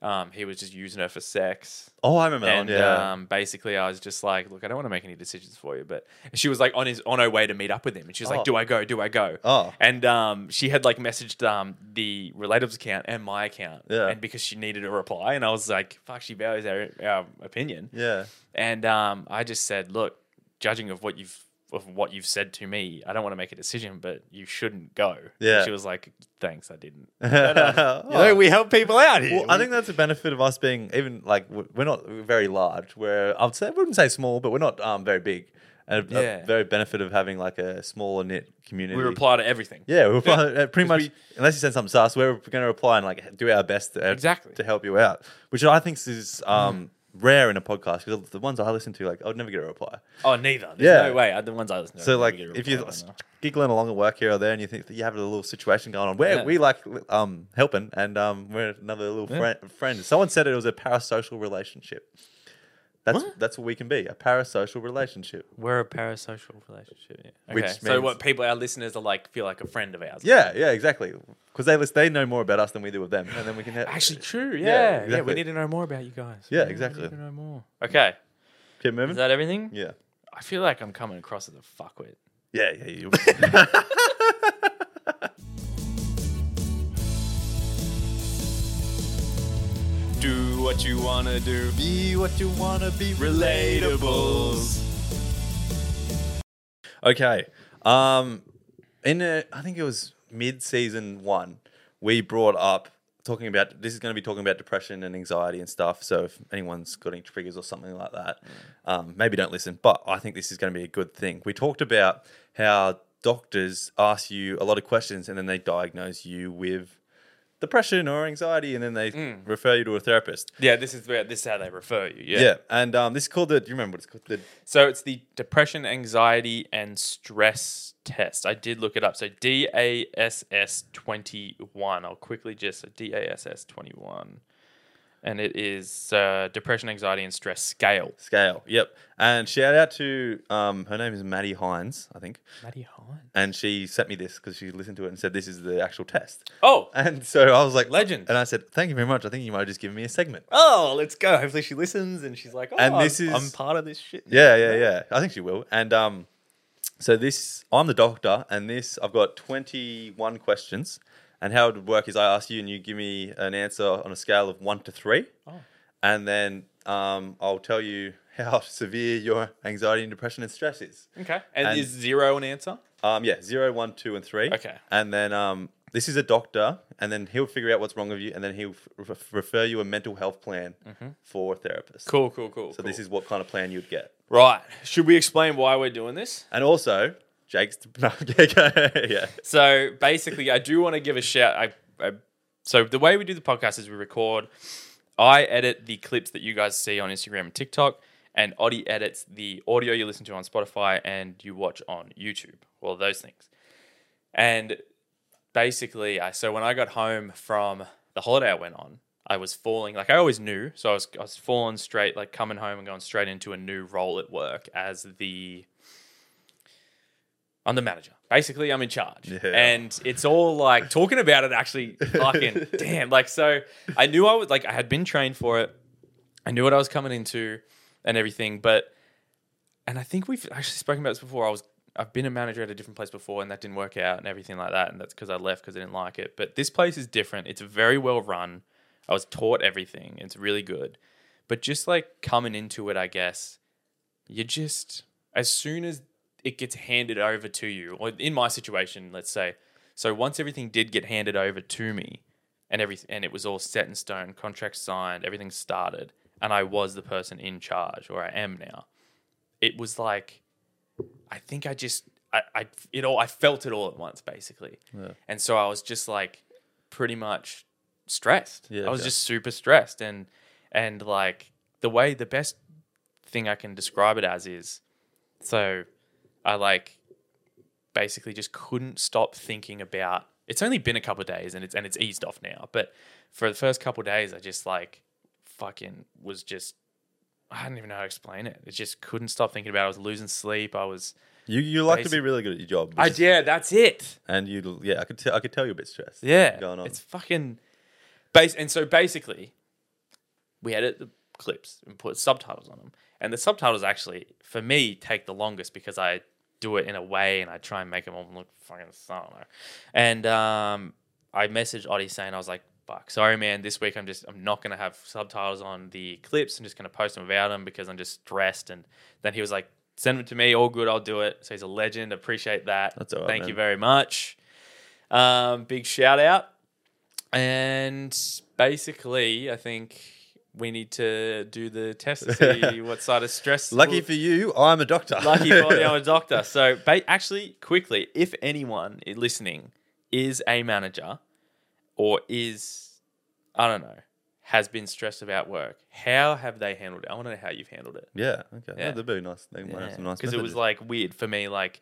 Speaker 2: um, he was just using her for sex.
Speaker 7: oh, I remember. that one,
Speaker 2: And
Speaker 7: yeah,
Speaker 2: um, basically, I was just like, "Look, I don't want to make any decisions for you." But she was like on his on her way to meet up with him, and she was
Speaker 7: Oh.
Speaker 2: like, "Do I go? Do I go?"
Speaker 7: Oh.
Speaker 2: and um, she had like messaged um the relatives account and my account,
Speaker 7: Yeah.
Speaker 2: and because she needed a reply, and I was like, "Fuck, she values our, our opinion,"
Speaker 7: yeah.
Speaker 2: and um, I just said, "Look, judging of what you've." Of what you've said to me, I don't want to make a decision, but you shouldn't go. And
Speaker 7: Yeah.
Speaker 2: she was like, "Thanks, I didn't."
Speaker 7: Oh.
Speaker 2: You know, we help people out here.
Speaker 7: Well, I think that's the benefit of us being even like w- we're not very large. We're I would say I wouldn't say small, but we're not um very big. And a- a
Speaker 2: Yeah.
Speaker 7: very benefit of having like a smaller knit community.
Speaker 2: we reply to everything.
Speaker 7: Yeah, we'll probably, uh,
Speaker 2: 'Cause
Speaker 7: pretty much.
Speaker 2: we-
Speaker 7: unless you send something sus, we're going to reply and like do our best to, uh,
Speaker 2: Exactly.
Speaker 7: to help you out, which I think is um, rare in a podcast because the ones I listen to, like I would never get a reply.
Speaker 2: Oh, neither. There's
Speaker 7: Yeah.
Speaker 2: no way. I- The ones I listen to.
Speaker 7: So
Speaker 2: I
Speaker 7: like,
Speaker 2: never get a
Speaker 7: if you're
Speaker 2: reply on that.
Speaker 7: giggling along at work here or there, and you think that you have a little situation going on, where
Speaker 2: Yeah.
Speaker 7: we like um, helping, and um, we're another little friend. Friend. Someone said it was a parasocial relationship. That's that's what we can be, a parasocial relationship.
Speaker 2: We're a parasocial relationship. Yeah.
Speaker 7: Which
Speaker 2: Okay. so
Speaker 7: means-
Speaker 2: what people, our listeners, are like feel like a friend of ours.
Speaker 7: Yeah, yeah, exactly. Because they lis- they know more about us than we do with them, and then we can help.
Speaker 2: Actually, true. Yeah.
Speaker 7: Yeah,
Speaker 2: Yeah.
Speaker 7: exactly.
Speaker 2: We need to know more about you guys.
Speaker 7: Yeah,
Speaker 2: we
Speaker 7: exactly.
Speaker 2: need to know more. Okay.
Speaker 7: keep
Speaker 2: Is
Speaker 7: moving.
Speaker 2: that everything?
Speaker 7: yeah.
Speaker 2: I feel like I'm coming across as a fuckwit.
Speaker 7: Yeah, yeah, you.
Speaker 3: Do what you wanna do. Be what you wanna be. Relatables.
Speaker 7: okay. Um, in a, I think it was mid season one, we brought up talking about this is going to be talking about depression and anxiety and stuff. So if anyone's got any triggers or something like that, um, maybe don't listen. But I think this is going to be a good thing. We talked about how doctors ask you a lot of questions and then they diagnose you with depression or anxiety and then they refer you to a therapist.
Speaker 2: Yeah. This is where this is how they refer you.
Speaker 7: Yeah. And um, this is called the, do you remember what it's called? The
Speaker 2: So it's the depression, anxiety, and stress test. I did look it up. So DASS 21. I'll quickly just so DASS 21. And it is uh, depression, anxiety, and stress scale.
Speaker 7: Scale. Yep. And shout out to um, her name is Maddie Hines, I think,
Speaker 2: Maddie Hines.
Speaker 7: and she sent me this because she listened to it and said this is the actual test.
Speaker 2: Oh,
Speaker 7: And so I was like,
Speaker 2: Legend.
Speaker 7: And I said, thank you very much. I think you might have just given me a segment.
Speaker 2: oh, let's go. Hopefully she listens and she's like, oh,
Speaker 7: And this
Speaker 2: I'm,
Speaker 7: is-
Speaker 2: I'm part of this shit.
Speaker 7: Yeah, yeah, yeah. I think she will. And um, so this, I'm the doctor, and this, I've got 21 questions. And how it would work is I ask you, and you give me an answer on a scale of one to three.
Speaker 2: Oh.
Speaker 7: And then um, I'll tell you how severe your anxiety and depression and stress is.
Speaker 2: Okay. And,
Speaker 7: And-
Speaker 2: is zero an answer?
Speaker 7: Um, yeah, zero, one, two, and three.
Speaker 2: Okay.
Speaker 7: And then um, this is a doctor, and then he'll figure out what's wrong with you, and then he'll f- f- refer you a mental health plan for a therapist.
Speaker 2: Mm-hmm. Cool, cool, cool.
Speaker 7: So this is what kind of plan you'd get.
Speaker 2: right. Should we explain why we're doing this?
Speaker 7: And also, Jake's. No, yeah.
Speaker 2: So basically, I do want to give a shout. I, I so the way we do the podcast is we record. I edit the clips that you guys see on Instagram and TikTok, and Oddy edits the audio you listen to on Spotify and you watch on YouTube. Well, those things. And basically, I so when I got home from the holiday I went on, I was falling like I always knew. So I was I was falling straight, like coming home and going straight into a new role at work as the I'm the manager. Basically, I'm in charge.
Speaker 7: Yeah.
Speaker 2: And it's all like talking about it actually fucking damn. Like, so I knew I was like, I had been trained for it. I knew what I was coming into and everything. But, and I think we've actually spoken about this before. I was, I've been a manager at a different place before and that didn't work out and everything like that. And that's because I left because I didn't like it. But this place is different. It's very well run. I was taught everything. It's really good. But just like coming into it, I guess, you just as soon as it gets handed over to you or in my situation let's say so once everything did get handed over to me and everything and it was all set in stone contracts signed everything started and i was the person in charge or i am now it was like i think i just i, I it all i felt it all at once basically and so i was just like pretty much stressed
Speaker 7: Yeah,
Speaker 2: i was
Speaker 7: okay.
Speaker 2: just super stressed and and like the way the best thing I can describe it as is so I like basically just couldn't stop thinking about. It's only been a couple of days, and it's and it's eased off now. But for the first couple of days, I just like fucking was just. I don't even know how to explain it. It just couldn't stop thinking about. It. I was losing sleep. I was.
Speaker 7: You you like to be
Speaker 2: Basic-
Speaker 7: really good at your job.
Speaker 2: I
Speaker 7: which is-
Speaker 2: yeah, that's it.
Speaker 7: And you yeah, I could tell I could tell you're a bit stressed.
Speaker 2: Yeah,
Speaker 7: Going on.
Speaker 2: it's fucking base. And so basically, we edit the clips and put subtitles on them. And the subtitles actually, for me, take the longest because I do it in a way and I try and make them all look fucking. I don't know. And um, I messaged Oddie saying I was like, "Fuck, sorry, man. This week I'm just I'm not gonna have subtitles on the clips. I'm just gonna post them without them because I'm just stressed." And then he was like, "Send them to me. All good. I'll do it." So he's a legend. Appreciate that.
Speaker 7: That's all right,
Speaker 2: Thank you
Speaker 7: man.
Speaker 2: very much. Um, big shout out. And basically, I think we need to do the test to see what side of stress.
Speaker 7: Lucky for you, I'm a doctor.
Speaker 2: lucky for me, I'm a doctor. So, ba- actually, quickly, if anyone i- listening is a manager or is, I don't know, has been stressed about work, how have they handled it? I want to know how you've handled it.
Speaker 7: Yeah. Okay. Yeah.
Speaker 2: Yeah.
Speaker 7: that'd be nice. They might have some nice.
Speaker 2: Because it was
Speaker 7: messages.
Speaker 2: like weird for me. Like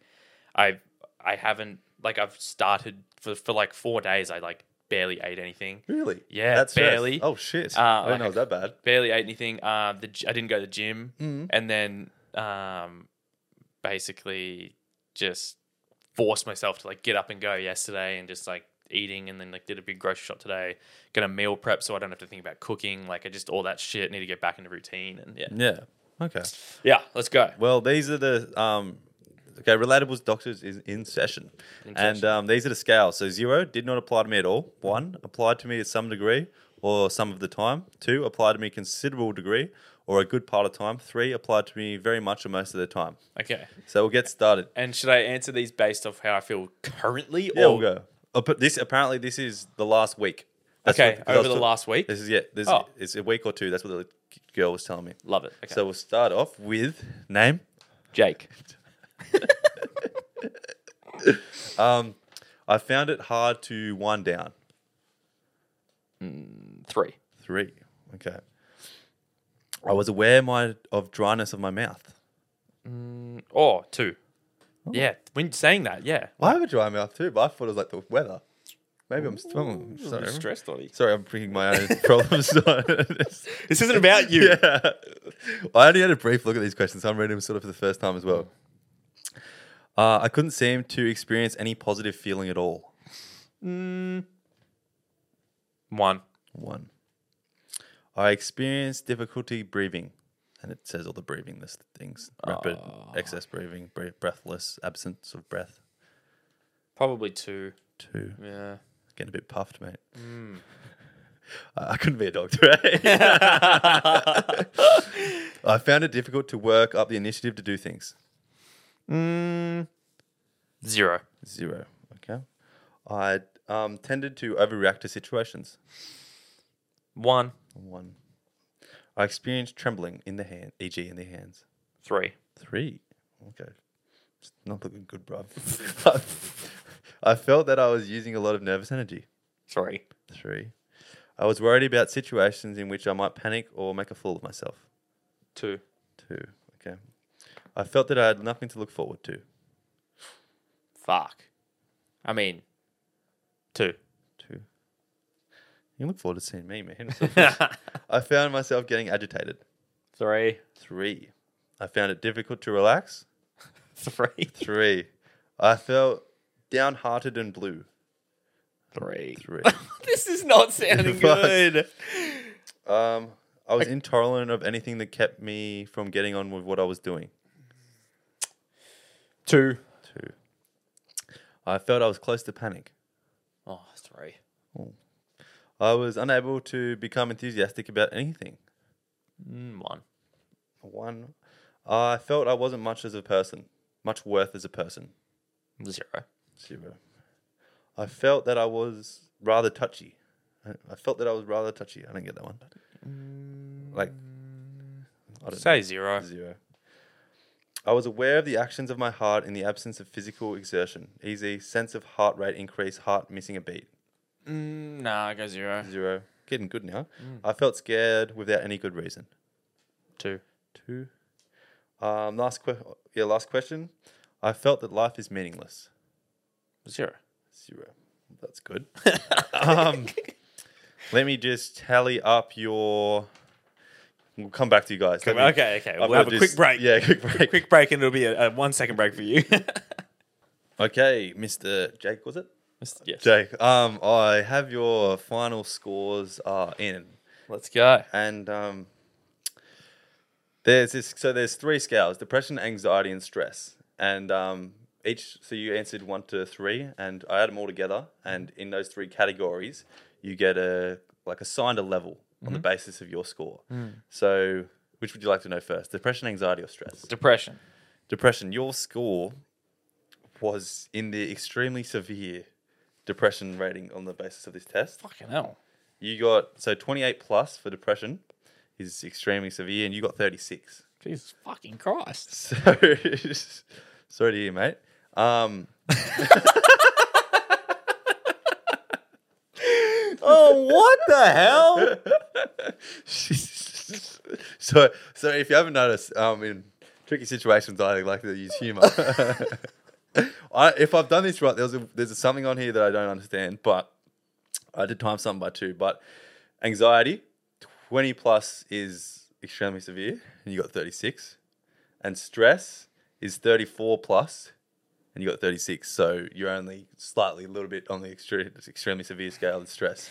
Speaker 2: I, I haven't like I've started for for like four days. I like barely ate anything.
Speaker 7: really.
Speaker 2: Yeah,
Speaker 7: That's stress.
Speaker 2: barely.
Speaker 7: Oh shit.
Speaker 2: Uh,
Speaker 7: I didn't
Speaker 2: like
Speaker 7: know it was
Speaker 2: a-
Speaker 7: that bad.
Speaker 2: barely ate anything. Uh, the, gy- I didn't go to the gym,
Speaker 7: Mhm.
Speaker 2: and then um, basically just forced myself to like get up and go yesterday, and just like eating, and then like did a big grocery shop today. Gonna meal prep so I don't have to think about cooking. Like I just all that shit. Need to get back into routine, and yeah,
Speaker 7: Yeah. Okay.
Speaker 2: yeah. Let's go.
Speaker 7: Well, these are the um, okay. Relatables doctors is in session, and
Speaker 2: session.
Speaker 7: um, these are the scales. So zero did not apply to me at all. One applied to me to some degree or some of the time. Two applied to me considerable degree or a good part of time. Three applied to me very much or most of the time.
Speaker 2: Okay.
Speaker 7: So we'll get started.
Speaker 2: And should I answer these based off how I feel currently?
Speaker 7: Yeah,
Speaker 2: or
Speaker 7: we'll go. Uh, but this apparently this is the last week. That's
Speaker 2: Okay,
Speaker 7: what- 'cause I
Speaker 2: over
Speaker 7: was
Speaker 2: the
Speaker 7: ta-
Speaker 2: last week.
Speaker 7: This is yeah. This
Speaker 2: Oh.
Speaker 7: is a week or two. That's what the girl was telling me.
Speaker 2: Love it. Okay.
Speaker 7: So we'll start off with name.
Speaker 2: Jake.
Speaker 7: Um, I found it hard to wind down.
Speaker 2: Three.
Speaker 7: Three. Okay. I was aware my of dryness of my mouth.
Speaker 2: Or Oh, two.
Speaker 7: Oh.
Speaker 2: Yeah. When saying that, yeah.
Speaker 7: Well, I have a dry mouth too, but I thought it was like the weather. Maybe I'm still sorry.
Speaker 2: stressed, Ollie.
Speaker 7: Sorry, I'm bringing my own problems. on.
Speaker 2: This isn't about you.
Speaker 7: yeah. I only had a brief look at these questions, so I'm reading them sort of for the first time as well. Uh, I couldn't seem to experience any positive feeling at all.
Speaker 2: One.
Speaker 7: One. I experienced difficulty breathing, and it says all the breathing list things: rapid, excess breathing, bre- breathless, absence of breath.
Speaker 2: Probably two.
Speaker 7: Two,
Speaker 2: Yeah.
Speaker 7: getting a bit puffed, mate. I I couldn't be a doctor. Eh? I found it difficult to work up the initiative to do things.
Speaker 2: Zero.
Speaker 7: Zero. Okay. I um, tended to overreact to situations.
Speaker 2: One.
Speaker 7: One. I experienced trembling in the hand, e.g., in the hands.
Speaker 2: Three.
Speaker 7: Three. Okay. It's not looking good, bro. I felt that I was using a lot of nervous energy.
Speaker 2: Three.
Speaker 7: Three. I was worried about situations in which I might panic or make a fool of myself.
Speaker 2: Two.
Speaker 7: Two. Okay. I felt that I had nothing to look forward to.
Speaker 2: Fuck. I mean, two.
Speaker 7: Two. You look forward to seeing me, man. I found myself getting agitated.
Speaker 2: Three.
Speaker 7: Three. I found it difficult to relax.
Speaker 2: Three.
Speaker 7: Three. I felt downhearted and blue.
Speaker 2: Three.
Speaker 7: Three.
Speaker 2: This is not sounding
Speaker 7: Fuck.
Speaker 2: good.
Speaker 7: Um, I was intolerant of anything that kept me from getting on with what I was doing.
Speaker 2: Two.
Speaker 7: Two. I felt I was close to panic.
Speaker 2: Oh, three.
Speaker 7: I was unable to become enthusiastic about anything.
Speaker 2: Mm, One.
Speaker 7: One. I felt I wasn't much as a person, much worth as a person.
Speaker 2: Zero.
Speaker 7: Zero. I felt that I was rather touchy. I I felt that I was rather touchy. I didn't get that one. Like, I don't
Speaker 2: Say zero.
Speaker 7: know. Mm. Zero. I was aware of the actions of my heart in the absence of physical exertion. Easy sense of heart rate increase, heart missing a beat.
Speaker 2: Mm, nah, I go zero.
Speaker 7: Zero. Getting good now. I felt scared without any good reason.
Speaker 2: Two.
Speaker 7: Two. Um, last que- yeah, last question. I felt that life is meaningless.
Speaker 2: Zero.
Speaker 7: Zero. That's good. um, let me just tally up your. We'll come back to you guys. Let me-
Speaker 2: Okay, okay.
Speaker 7: I've
Speaker 2: We'll have
Speaker 7: got
Speaker 2: a
Speaker 7: this-
Speaker 2: quick break.
Speaker 7: Yeah, quick break.
Speaker 2: Quick break, and it'll be a, a one second break for you.
Speaker 7: Okay, Mr. Jake, was it?
Speaker 2: yes.
Speaker 7: Jake, um, I have your final scores uh, in,
Speaker 2: Let's go.
Speaker 7: and um, there's this. So there's three scales: depression, anxiety, and stress. And um, each, so you answered one to three, and I add them all together. And in those three categories, you get a like assigned a level on the basis of your score. So, which would you like to know first: depression, anxiety, or stress?
Speaker 2: Depression.
Speaker 7: depression. Your score was in the extremely severe depression rating on the basis of this test.
Speaker 2: Fucking hell.
Speaker 7: You got so 28 plus for depression is extremely severe, and you got 36.
Speaker 2: Jesus fucking Christ.
Speaker 7: So sorry to hear, mate. Um,
Speaker 2: Oh, what the hell?
Speaker 7: so so if you haven't noticed, um, in tricky situations, I like to use humor. I, if I've done this right, there's a, there's a something on here that I don't understand, but I did time something by two. But anxiety, twenty plus is extremely severe, and you got thirty six, and stress is thirty four plus, and you got thirty six. So you're only slightly a little bit on the extreme, extremely severe scale of stress.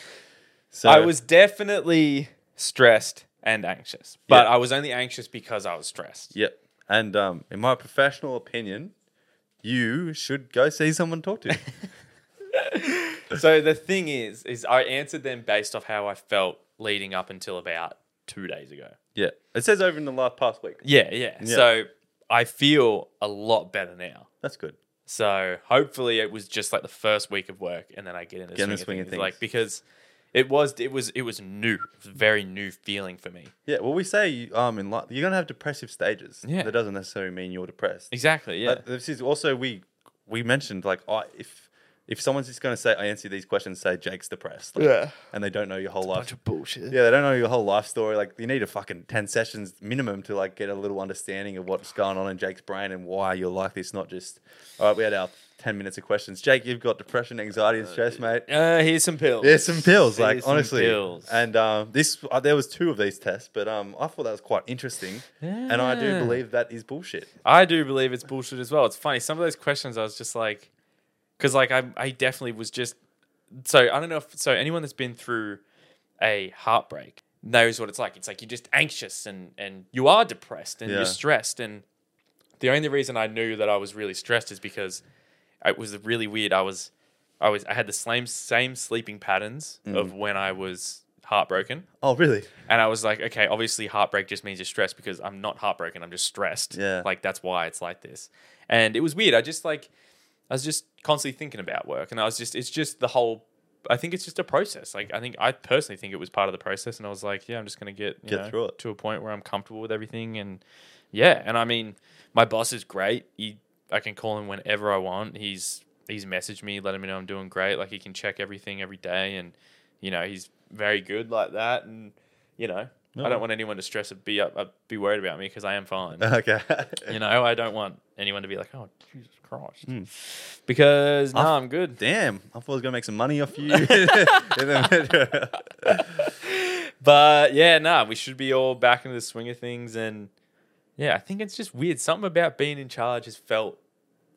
Speaker 7: So
Speaker 2: I was definitely stressed and anxious, but
Speaker 7: Yeah.
Speaker 2: I was only anxious because I was stressed.
Speaker 7: Yep. And um, in my professional opinion, you should go see someone to talk to.
Speaker 2: So the thing is, is I answered them based off how I felt leading up until about two days ago.
Speaker 7: yeah. It says over in the last past week.
Speaker 2: Yeah, yeah. So I feel a lot better now.
Speaker 7: That's good.
Speaker 2: So hopefully it was just like the first week of work, and then I get in the
Speaker 7: Get
Speaker 2: swing, of things, like because it was it was it was new, it was a very new feeling for me.
Speaker 7: Yeah. Well, we say um, in life, you're going to have depressive stages.
Speaker 2: Yeah.
Speaker 7: That doesn't necessarily mean you're depressed.
Speaker 2: Exactly. Yeah.
Speaker 7: But this is also, we we mentioned like, I if if someone's just going to say, I answer these questions, say Jake's depressed. like,
Speaker 3: Yeah.
Speaker 7: And they don't know your whole life.
Speaker 3: bullshit.
Speaker 7: Yeah, they don't know your whole life story. Like, you need a fucking ten sessions minimum to like get a little understanding of what's going on in Jake's brain and why you're like this. Not just all right. We had our ten minutes of questions. Jake, you've got depression, anxiety, and stress, mate.
Speaker 2: uh, here's some pills.
Speaker 7: There's some pills,
Speaker 2: Here's
Speaker 7: like
Speaker 2: some
Speaker 7: honestly.
Speaker 2: pills.
Speaker 7: And um, this, uh, there was two of these tests, but um, I thought that was quite interesting, and I do
Speaker 2: Yeah.
Speaker 7: believe that is bullshit.
Speaker 2: I do believe it's bullshit as well. It's funny. Some of those questions I was just like, because like I, I definitely was just. So I don't know if so anyone that's been through a heartbreak knows what it's like. It's like you're just anxious and and you are depressed and
Speaker 7: Yeah.
Speaker 2: you're stressed and the only reason I knew that I was really stressed is because it was really weird. I was I was I had the same same sleeping patterns of when I was heartbroken
Speaker 7: Oh, really?
Speaker 2: and I was like, okay, obviously heartbreak just means you're stressed because I'm not heartbroken. I'm just stressed.
Speaker 7: Yeah.
Speaker 2: Like that's why it's like this. And it was weird. I just like, I was just constantly thinking about work and I was just, it's just the whole, I think it's just a process. Like I think, I personally think it was part of the process and I was like, yeah, I'm just going to get, you
Speaker 7: Get
Speaker 2: know,
Speaker 7: through it.
Speaker 2: to a point where I'm comfortable with everything. And yeah. And I mean, my boss is great. He, I can call him whenever I want. He's, he's messaged me, letting me know I'm doing great. Like he can check everything every day and, you know, he's very good like that. And, you know, I don't want anyone to stress or be up, uh, be worried about me because I am fine.
Speaker 7: Okay.
Speaker 2: you know, I don't want anyone to be like, oh, Jesus Christ.
Speaker 7: Hmm.
Speaker 2: Because, no, I'm good.
Speaker 7: Damn, I thought I was gonna make some money off you. And then-
Speaker 2: But yeah, nah, we should be all back into the swing of things. And yeah, I think it's just weird. Something about being in charge has felt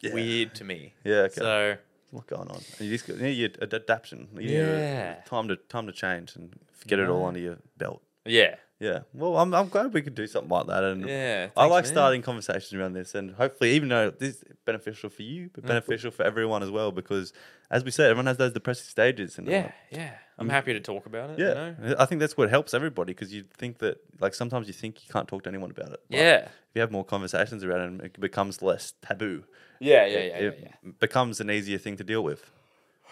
Speaker 7: Yeah.
Speaker 2: weird to me.
Speaker 7: Yeah, okay.
Speaker 2: So,
Speaker 7: What's going on? You just got- you need your ad- adaptation. You need
Speaker 2: Yeah.
Speaker 7: a- time to time to change and get it all under your belt.
Speaker 2: yeah.
Speaker 7: Yeah. Well, I'm, I'm glad we could do something like that. And
Speaker 2: Yeah,
Speaker 7: I
Speaker 2: thanks,
Speaker 7: like
Speaker 2: man.
Speaker 7: starting conversations around this, and hopefully, even though this is beneficial for you,
Speaker 2: Mm.
Speaker 7: but beneficial for everyone as well, because as we said, everyone has those depressive stages. And
Speaker 2: Yeah, yeah. I'm happy to talk about it.
Speaker 7: Yeah,
Speaker 2: You know?
Speaker 7: I think that's what helps everybody because you think that, like, sometimes you think you can't talk to anyone about it. but
Speaker 2: Yeah.
Speaker 7: If you have more conversations around it, it becomes less taboo.
Speaker 2: Yeah, yeah, yeah, yeah,
Speaker 7: it
Speaker 2: yeah.
Speaker 7: becomes an easier thing to deal with.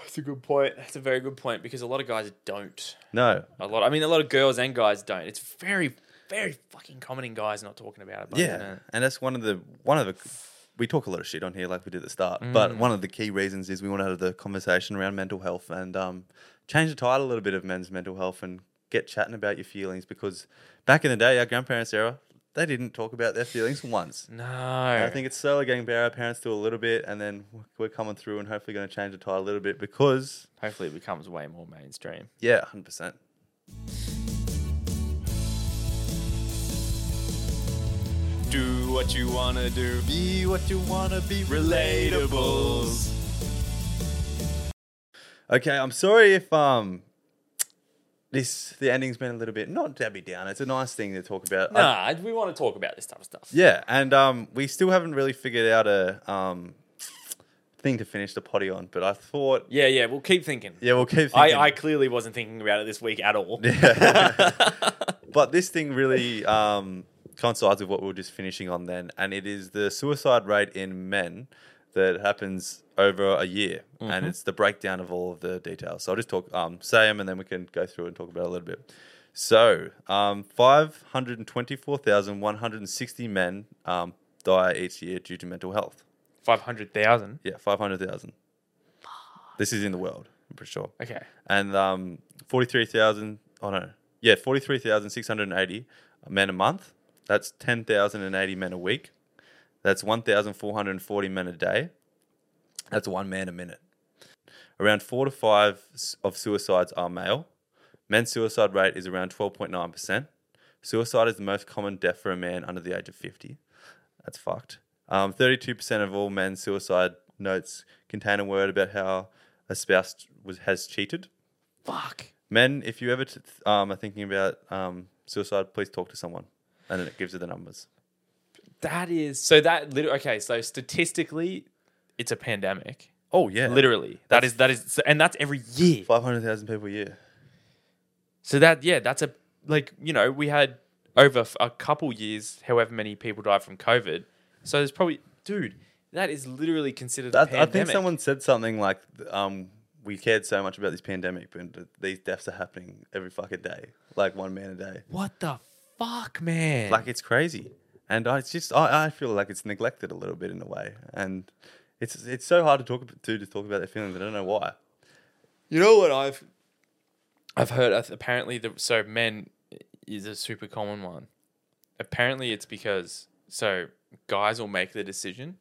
Speaker 2: That's a good point. That's a very good point because a lot of guys don't.
Speaker 7: No.
Speaker 2: A lot. I mean, a lot of girls and guys don't. It's very, very fucking common in guys not talking about it. But
Speaker 7: Yeah, and that's one of the one of the we talk a lot of shit on here, like we did at the start. But
Speaker 2: Mm.
Speaker 7: one of the key reasons is we want to have the conversation around mental health and um, change the tide a little bit of men's mental health and get chatting about your feelings because back in the day, our grandparents' era, They didn't talk about their feelings once.
Speaker 2: No.
Speaker 7: And I think it's slowly getting better. Our parents do a little bit, and then we're coming through and hopefully going to change the tide a little bit because,
Speaker 2: hopefully it becomes way more mainstream.
Speaker 7: yeah, 100%.
Speaker 3: Do what you wanna do. Be what you wanna be. Relatables.
Speaker 7: Okay, I'm sorry if um this the ending's been a little bit not Debbie Down. It's a nice thing to talk about. I-
Speaker 2: Nah, we want to talk about this type of stuff.
Speaker 7: yeah, and um we still haven't really figured out a um thing to finish the potty on, but I thought
Speaker 2: yeah, yeah. We'll keep thinking.
Speaker 7: yeah, we'll keep
Speaker 2: I,
Speaker 7: thinking.
Speaker 2: I clearly wasn't thinking about it this week at all.
Speaker 7: but this thing really um, coincides with what we were just finishing on then, and it is the suicide rate in men that happens over a year, and it's the breakdown of all of the details. So I'll just talk, um, say them, and then we can go through and talk about it a little bit. So, um, 524,160 men um, die each year due to mental health.
Speaker 2: Five hundred thousand.
Speaker 7: Yeah, 500,000. This is in the world, I'm pretty sure
Speaker 2: Okay.
Speaker 7: and um, 43,000, oh no, yeah, 43,680 men a month. That's 10,080 men a week. That's 1,440 men a day. That's one man a minute. Around four to five s- of suicides are male. Men's suicide rate is around 12.9%. Suicide is the most common death for a man under the age of 50. That's fucked. Um, 32% of all men's suicide notes contain a word about how a spouse was, has cheated.
Speaker 2: Fuck.
Speaker 7: Men, if you ever t- th- um, are thinking about um, suicide, please talk to someone. And then it gives you the numbers.
Speaker 2: That is so. That literally. Okay. So statistically, it's a pandemic.
Speaker 7: Oh, yeah.
Speaker 2: Literally. That is. That is. And that's every year.
Speaker 7: 500,000 people a year.
Speaker 2: So that yeah, that's a like you know we had over f- a couple years, however many people died from COVID. So there's probably dude that is literally considered a
Speaker 7: That, I
Speaker 2: pandemic.
Speaker 7: think someone said something like, um, we cared so much about this pandemic, but th- these deaths are happening every fucking day, like one man a day.
Speaker 2: what the fuck, man?
Speaker 7: Like, it's crazy. And I, it's just, I, I feel like it's neglected a little bit in a way. And it's it's so hard to talk ab- to, to talk about their feelings. I don't know why.
Speaker 2: you know what I've I've heard uh, apparently the so men is a super common one. Apparently it's because so guys will make the decision,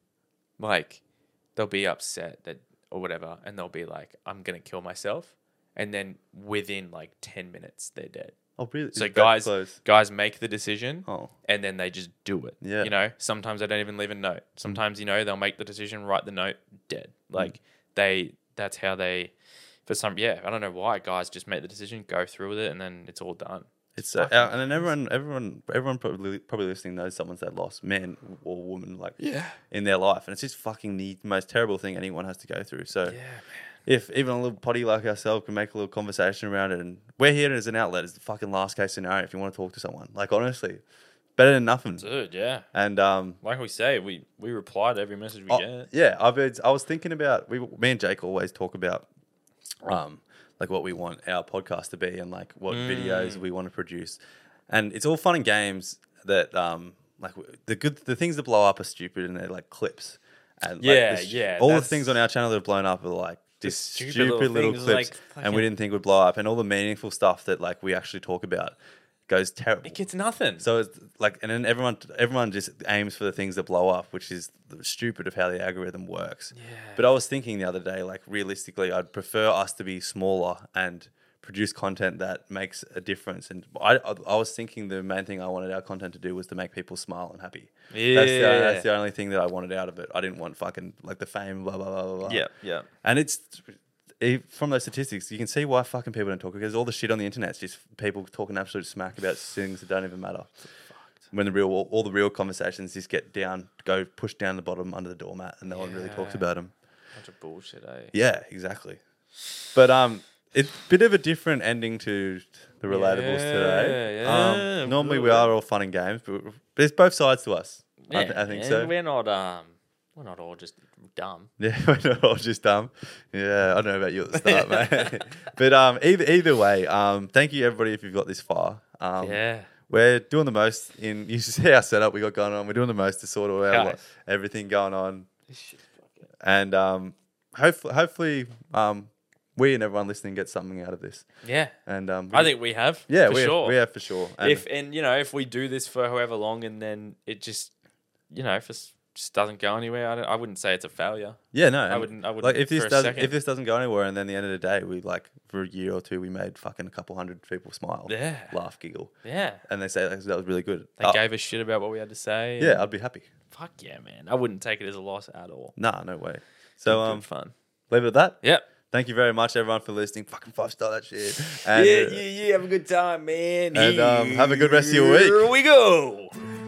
Speaker 2: like they'll be upset that or whatever, and they'll be like, I'm gonna kill myself, and then within like ten minutes they're dead.
Speaker 7: Oh, really?
Speaker 2: So
Speaker 7: It's that
Speaker 2: guys,
Speaker 7: close.
Speaker 2: guys make the decision,
Speaker 7: Oh.
Speaker 2: and then they just do it.
Speaker 7: Yeah. Mm.
Speaker 2: you know. Sometimes they don't even leave a note. Sometimes you know they'll make the decision, write the note, dead. Like they, that's how they. For some, yeah, I don't know why guys just make the decision, go through with it, and then it's all done.
Speaker 7: It's uh,
Speaker 2: fucking
Speaker 7: uh, and then everyone, everyone, everyone probably probably listening knows someone's they lost, man or woman, like
Speaker 2: Yeah.
Speaker 7: in their life, and it's just fucking the most terrible thing anyone has to go through. So
Speaker 2: Yeah, man.
Speaker 7: if even a little potty like ourselves can make a little conversation around it, and we're here as an outlet, it's the fucking last case scenario if you want to talk to someone. Like honestly, better than nothing.
Speaker 2: dude. Yeah,
Speaker 7: And um,
Speaker 2: like we say, we we reply to every message we
Speaker 7: Oh,
Speaker 2: get.
Speaker 7: yeah, I've been, I was thinking about we me and Jake always talk about um like what we want our podcast to be and like what
Speaker 2: Mm.
Speaker 7: videos we want to produce. And it's all fun and games that um like w- the good the things that blow up are stupid and they're like clips. And like, the
Speaker 2: Yeah,
Speaker 7: stu-
Speaker 2: yeah,
Speaker 7: All the
Speaker 2: that's-
Speaker 7: things on our channel that have blown up are like this
Speaker 2: stupid
Speaker 7: stupid,
Speaker 2: little
Speaker 7: little,
Speaker 2: things, like,
Speaker 7: clips and we
Speaker 2: fucking-
Speaker 7: didn't think would blow up and all the meaningful stuff that like we actually talk about goes terrible.
Speaker 2: It gets nothing.
Speaker 7: So it's like, and then everyone everyone just aims for the things that blow up, which is stupid of how the algorithm works. Yeah. But I was thinking the other day, like realistically, I'd prefer us to be smaller and produce content that makes a difference. And I, I, I was thinking the main thing I wanted our content to do was to make people smile and happy. That's the,
Speaker 2: Yeah.
Speaker 7: that's the only thing that I wanted out of it. I didn't want fucking like the fame, blah blah blah blah. blah.
Speaker 2: yeah, yeah.
Speaker 7: And it's it- from those statistics, you can see why fucking people don't talk because all the shit on the internet's just people talking absolute smack about things that don't even matter. When the real, all the real conversations just get down, go push down the bottom under the doormat, and no one really talks
Speaker 2: Yeah.
Speaker 7: about them.
Speaker 2: Bunch of bullshit, eh?
Speaker 7: Yeah, exactly. But um, it's a bit of a different ending to the relatables today.
Speaker 2: Yeah,
Speaker 7: Um,
Speaker 2: yeah,
Speaker 7: normally we
Speaker 2: absolutely.
Speaker 7: are all fun and games, but there's both sides to us. I, th-
Speaker 2: Yeah,
Speaker 7: I think
Speaker 2: man,
Speaker 7: so.
Speaker 2: We're not um, we're not all just dumb.
Speaker 7: Yeah, we're not all just dumb. Yeah, I know about you at the start, mate. but um, either either way, um, thank you everybody if you've got this far. Um,
Speaker 2: Yeah.
Speaker 7: we're doing the most in. You should see our setup we got going on. We're doing the most to sort of our,
Speaker 2: Guys.
Speaker 7: everything going on, and um, hopefully, hopefully, um, we and everyone listening get something out of this.
Speaker 2: Yeah.
Speaker 7: And um,
Speaker 2: I think we have.
Speaker 7: yeah,
Speaker 2: for
Speaker 7: we,
Speaker 2: sure.
Speaker 7: have, we have for sure. And
Speaker 2: if and you know if we do this for however long and then it just you know if it just doesn't go anywhere, I, don't, I wouldn't say it's a failure.
Speaker 7: yeah, no, and,
Speaker 2: wouldn't- I wouldn't
Speaker 7: Like if
Speaker 2: for
Speaker 7: this
Speaker 2: a
Speaker 7: does
Speaker 2: second.
Speaker 7: if this doesn't go anywhere, and then the end of the day, we like for a year or two, we made fucking a couple hundred people smile,
Speaker 2: Yeah.
Speaker 7: laugh, giggle,
Speaker 2: Yeah,
Speaker 7: and they say like, that was really good.
Speaker 2: they
Speaker 7: Uh,
Speaker 2: gave a shit about what we had to say.
Speaker 7: yeah, I'd be happy.
Speaker 2: fuck yeah, man. I wouldn't take it as a loss at all.
Speaker 7: Nah, no way. So
Speaker 2: Good
Speaker 7: um,
Speaker 2: fun.
Speaker 7: leave it at that.
Speaker 2: Yep.
Speaker 7: Thank you very much, everyone, for listening. Fucking five star that shit. And, uh,
Speaker 2: yeah. Have a good time, man.
Speaker 7: and um, have a good rest of your week.
Speaker 2: we go.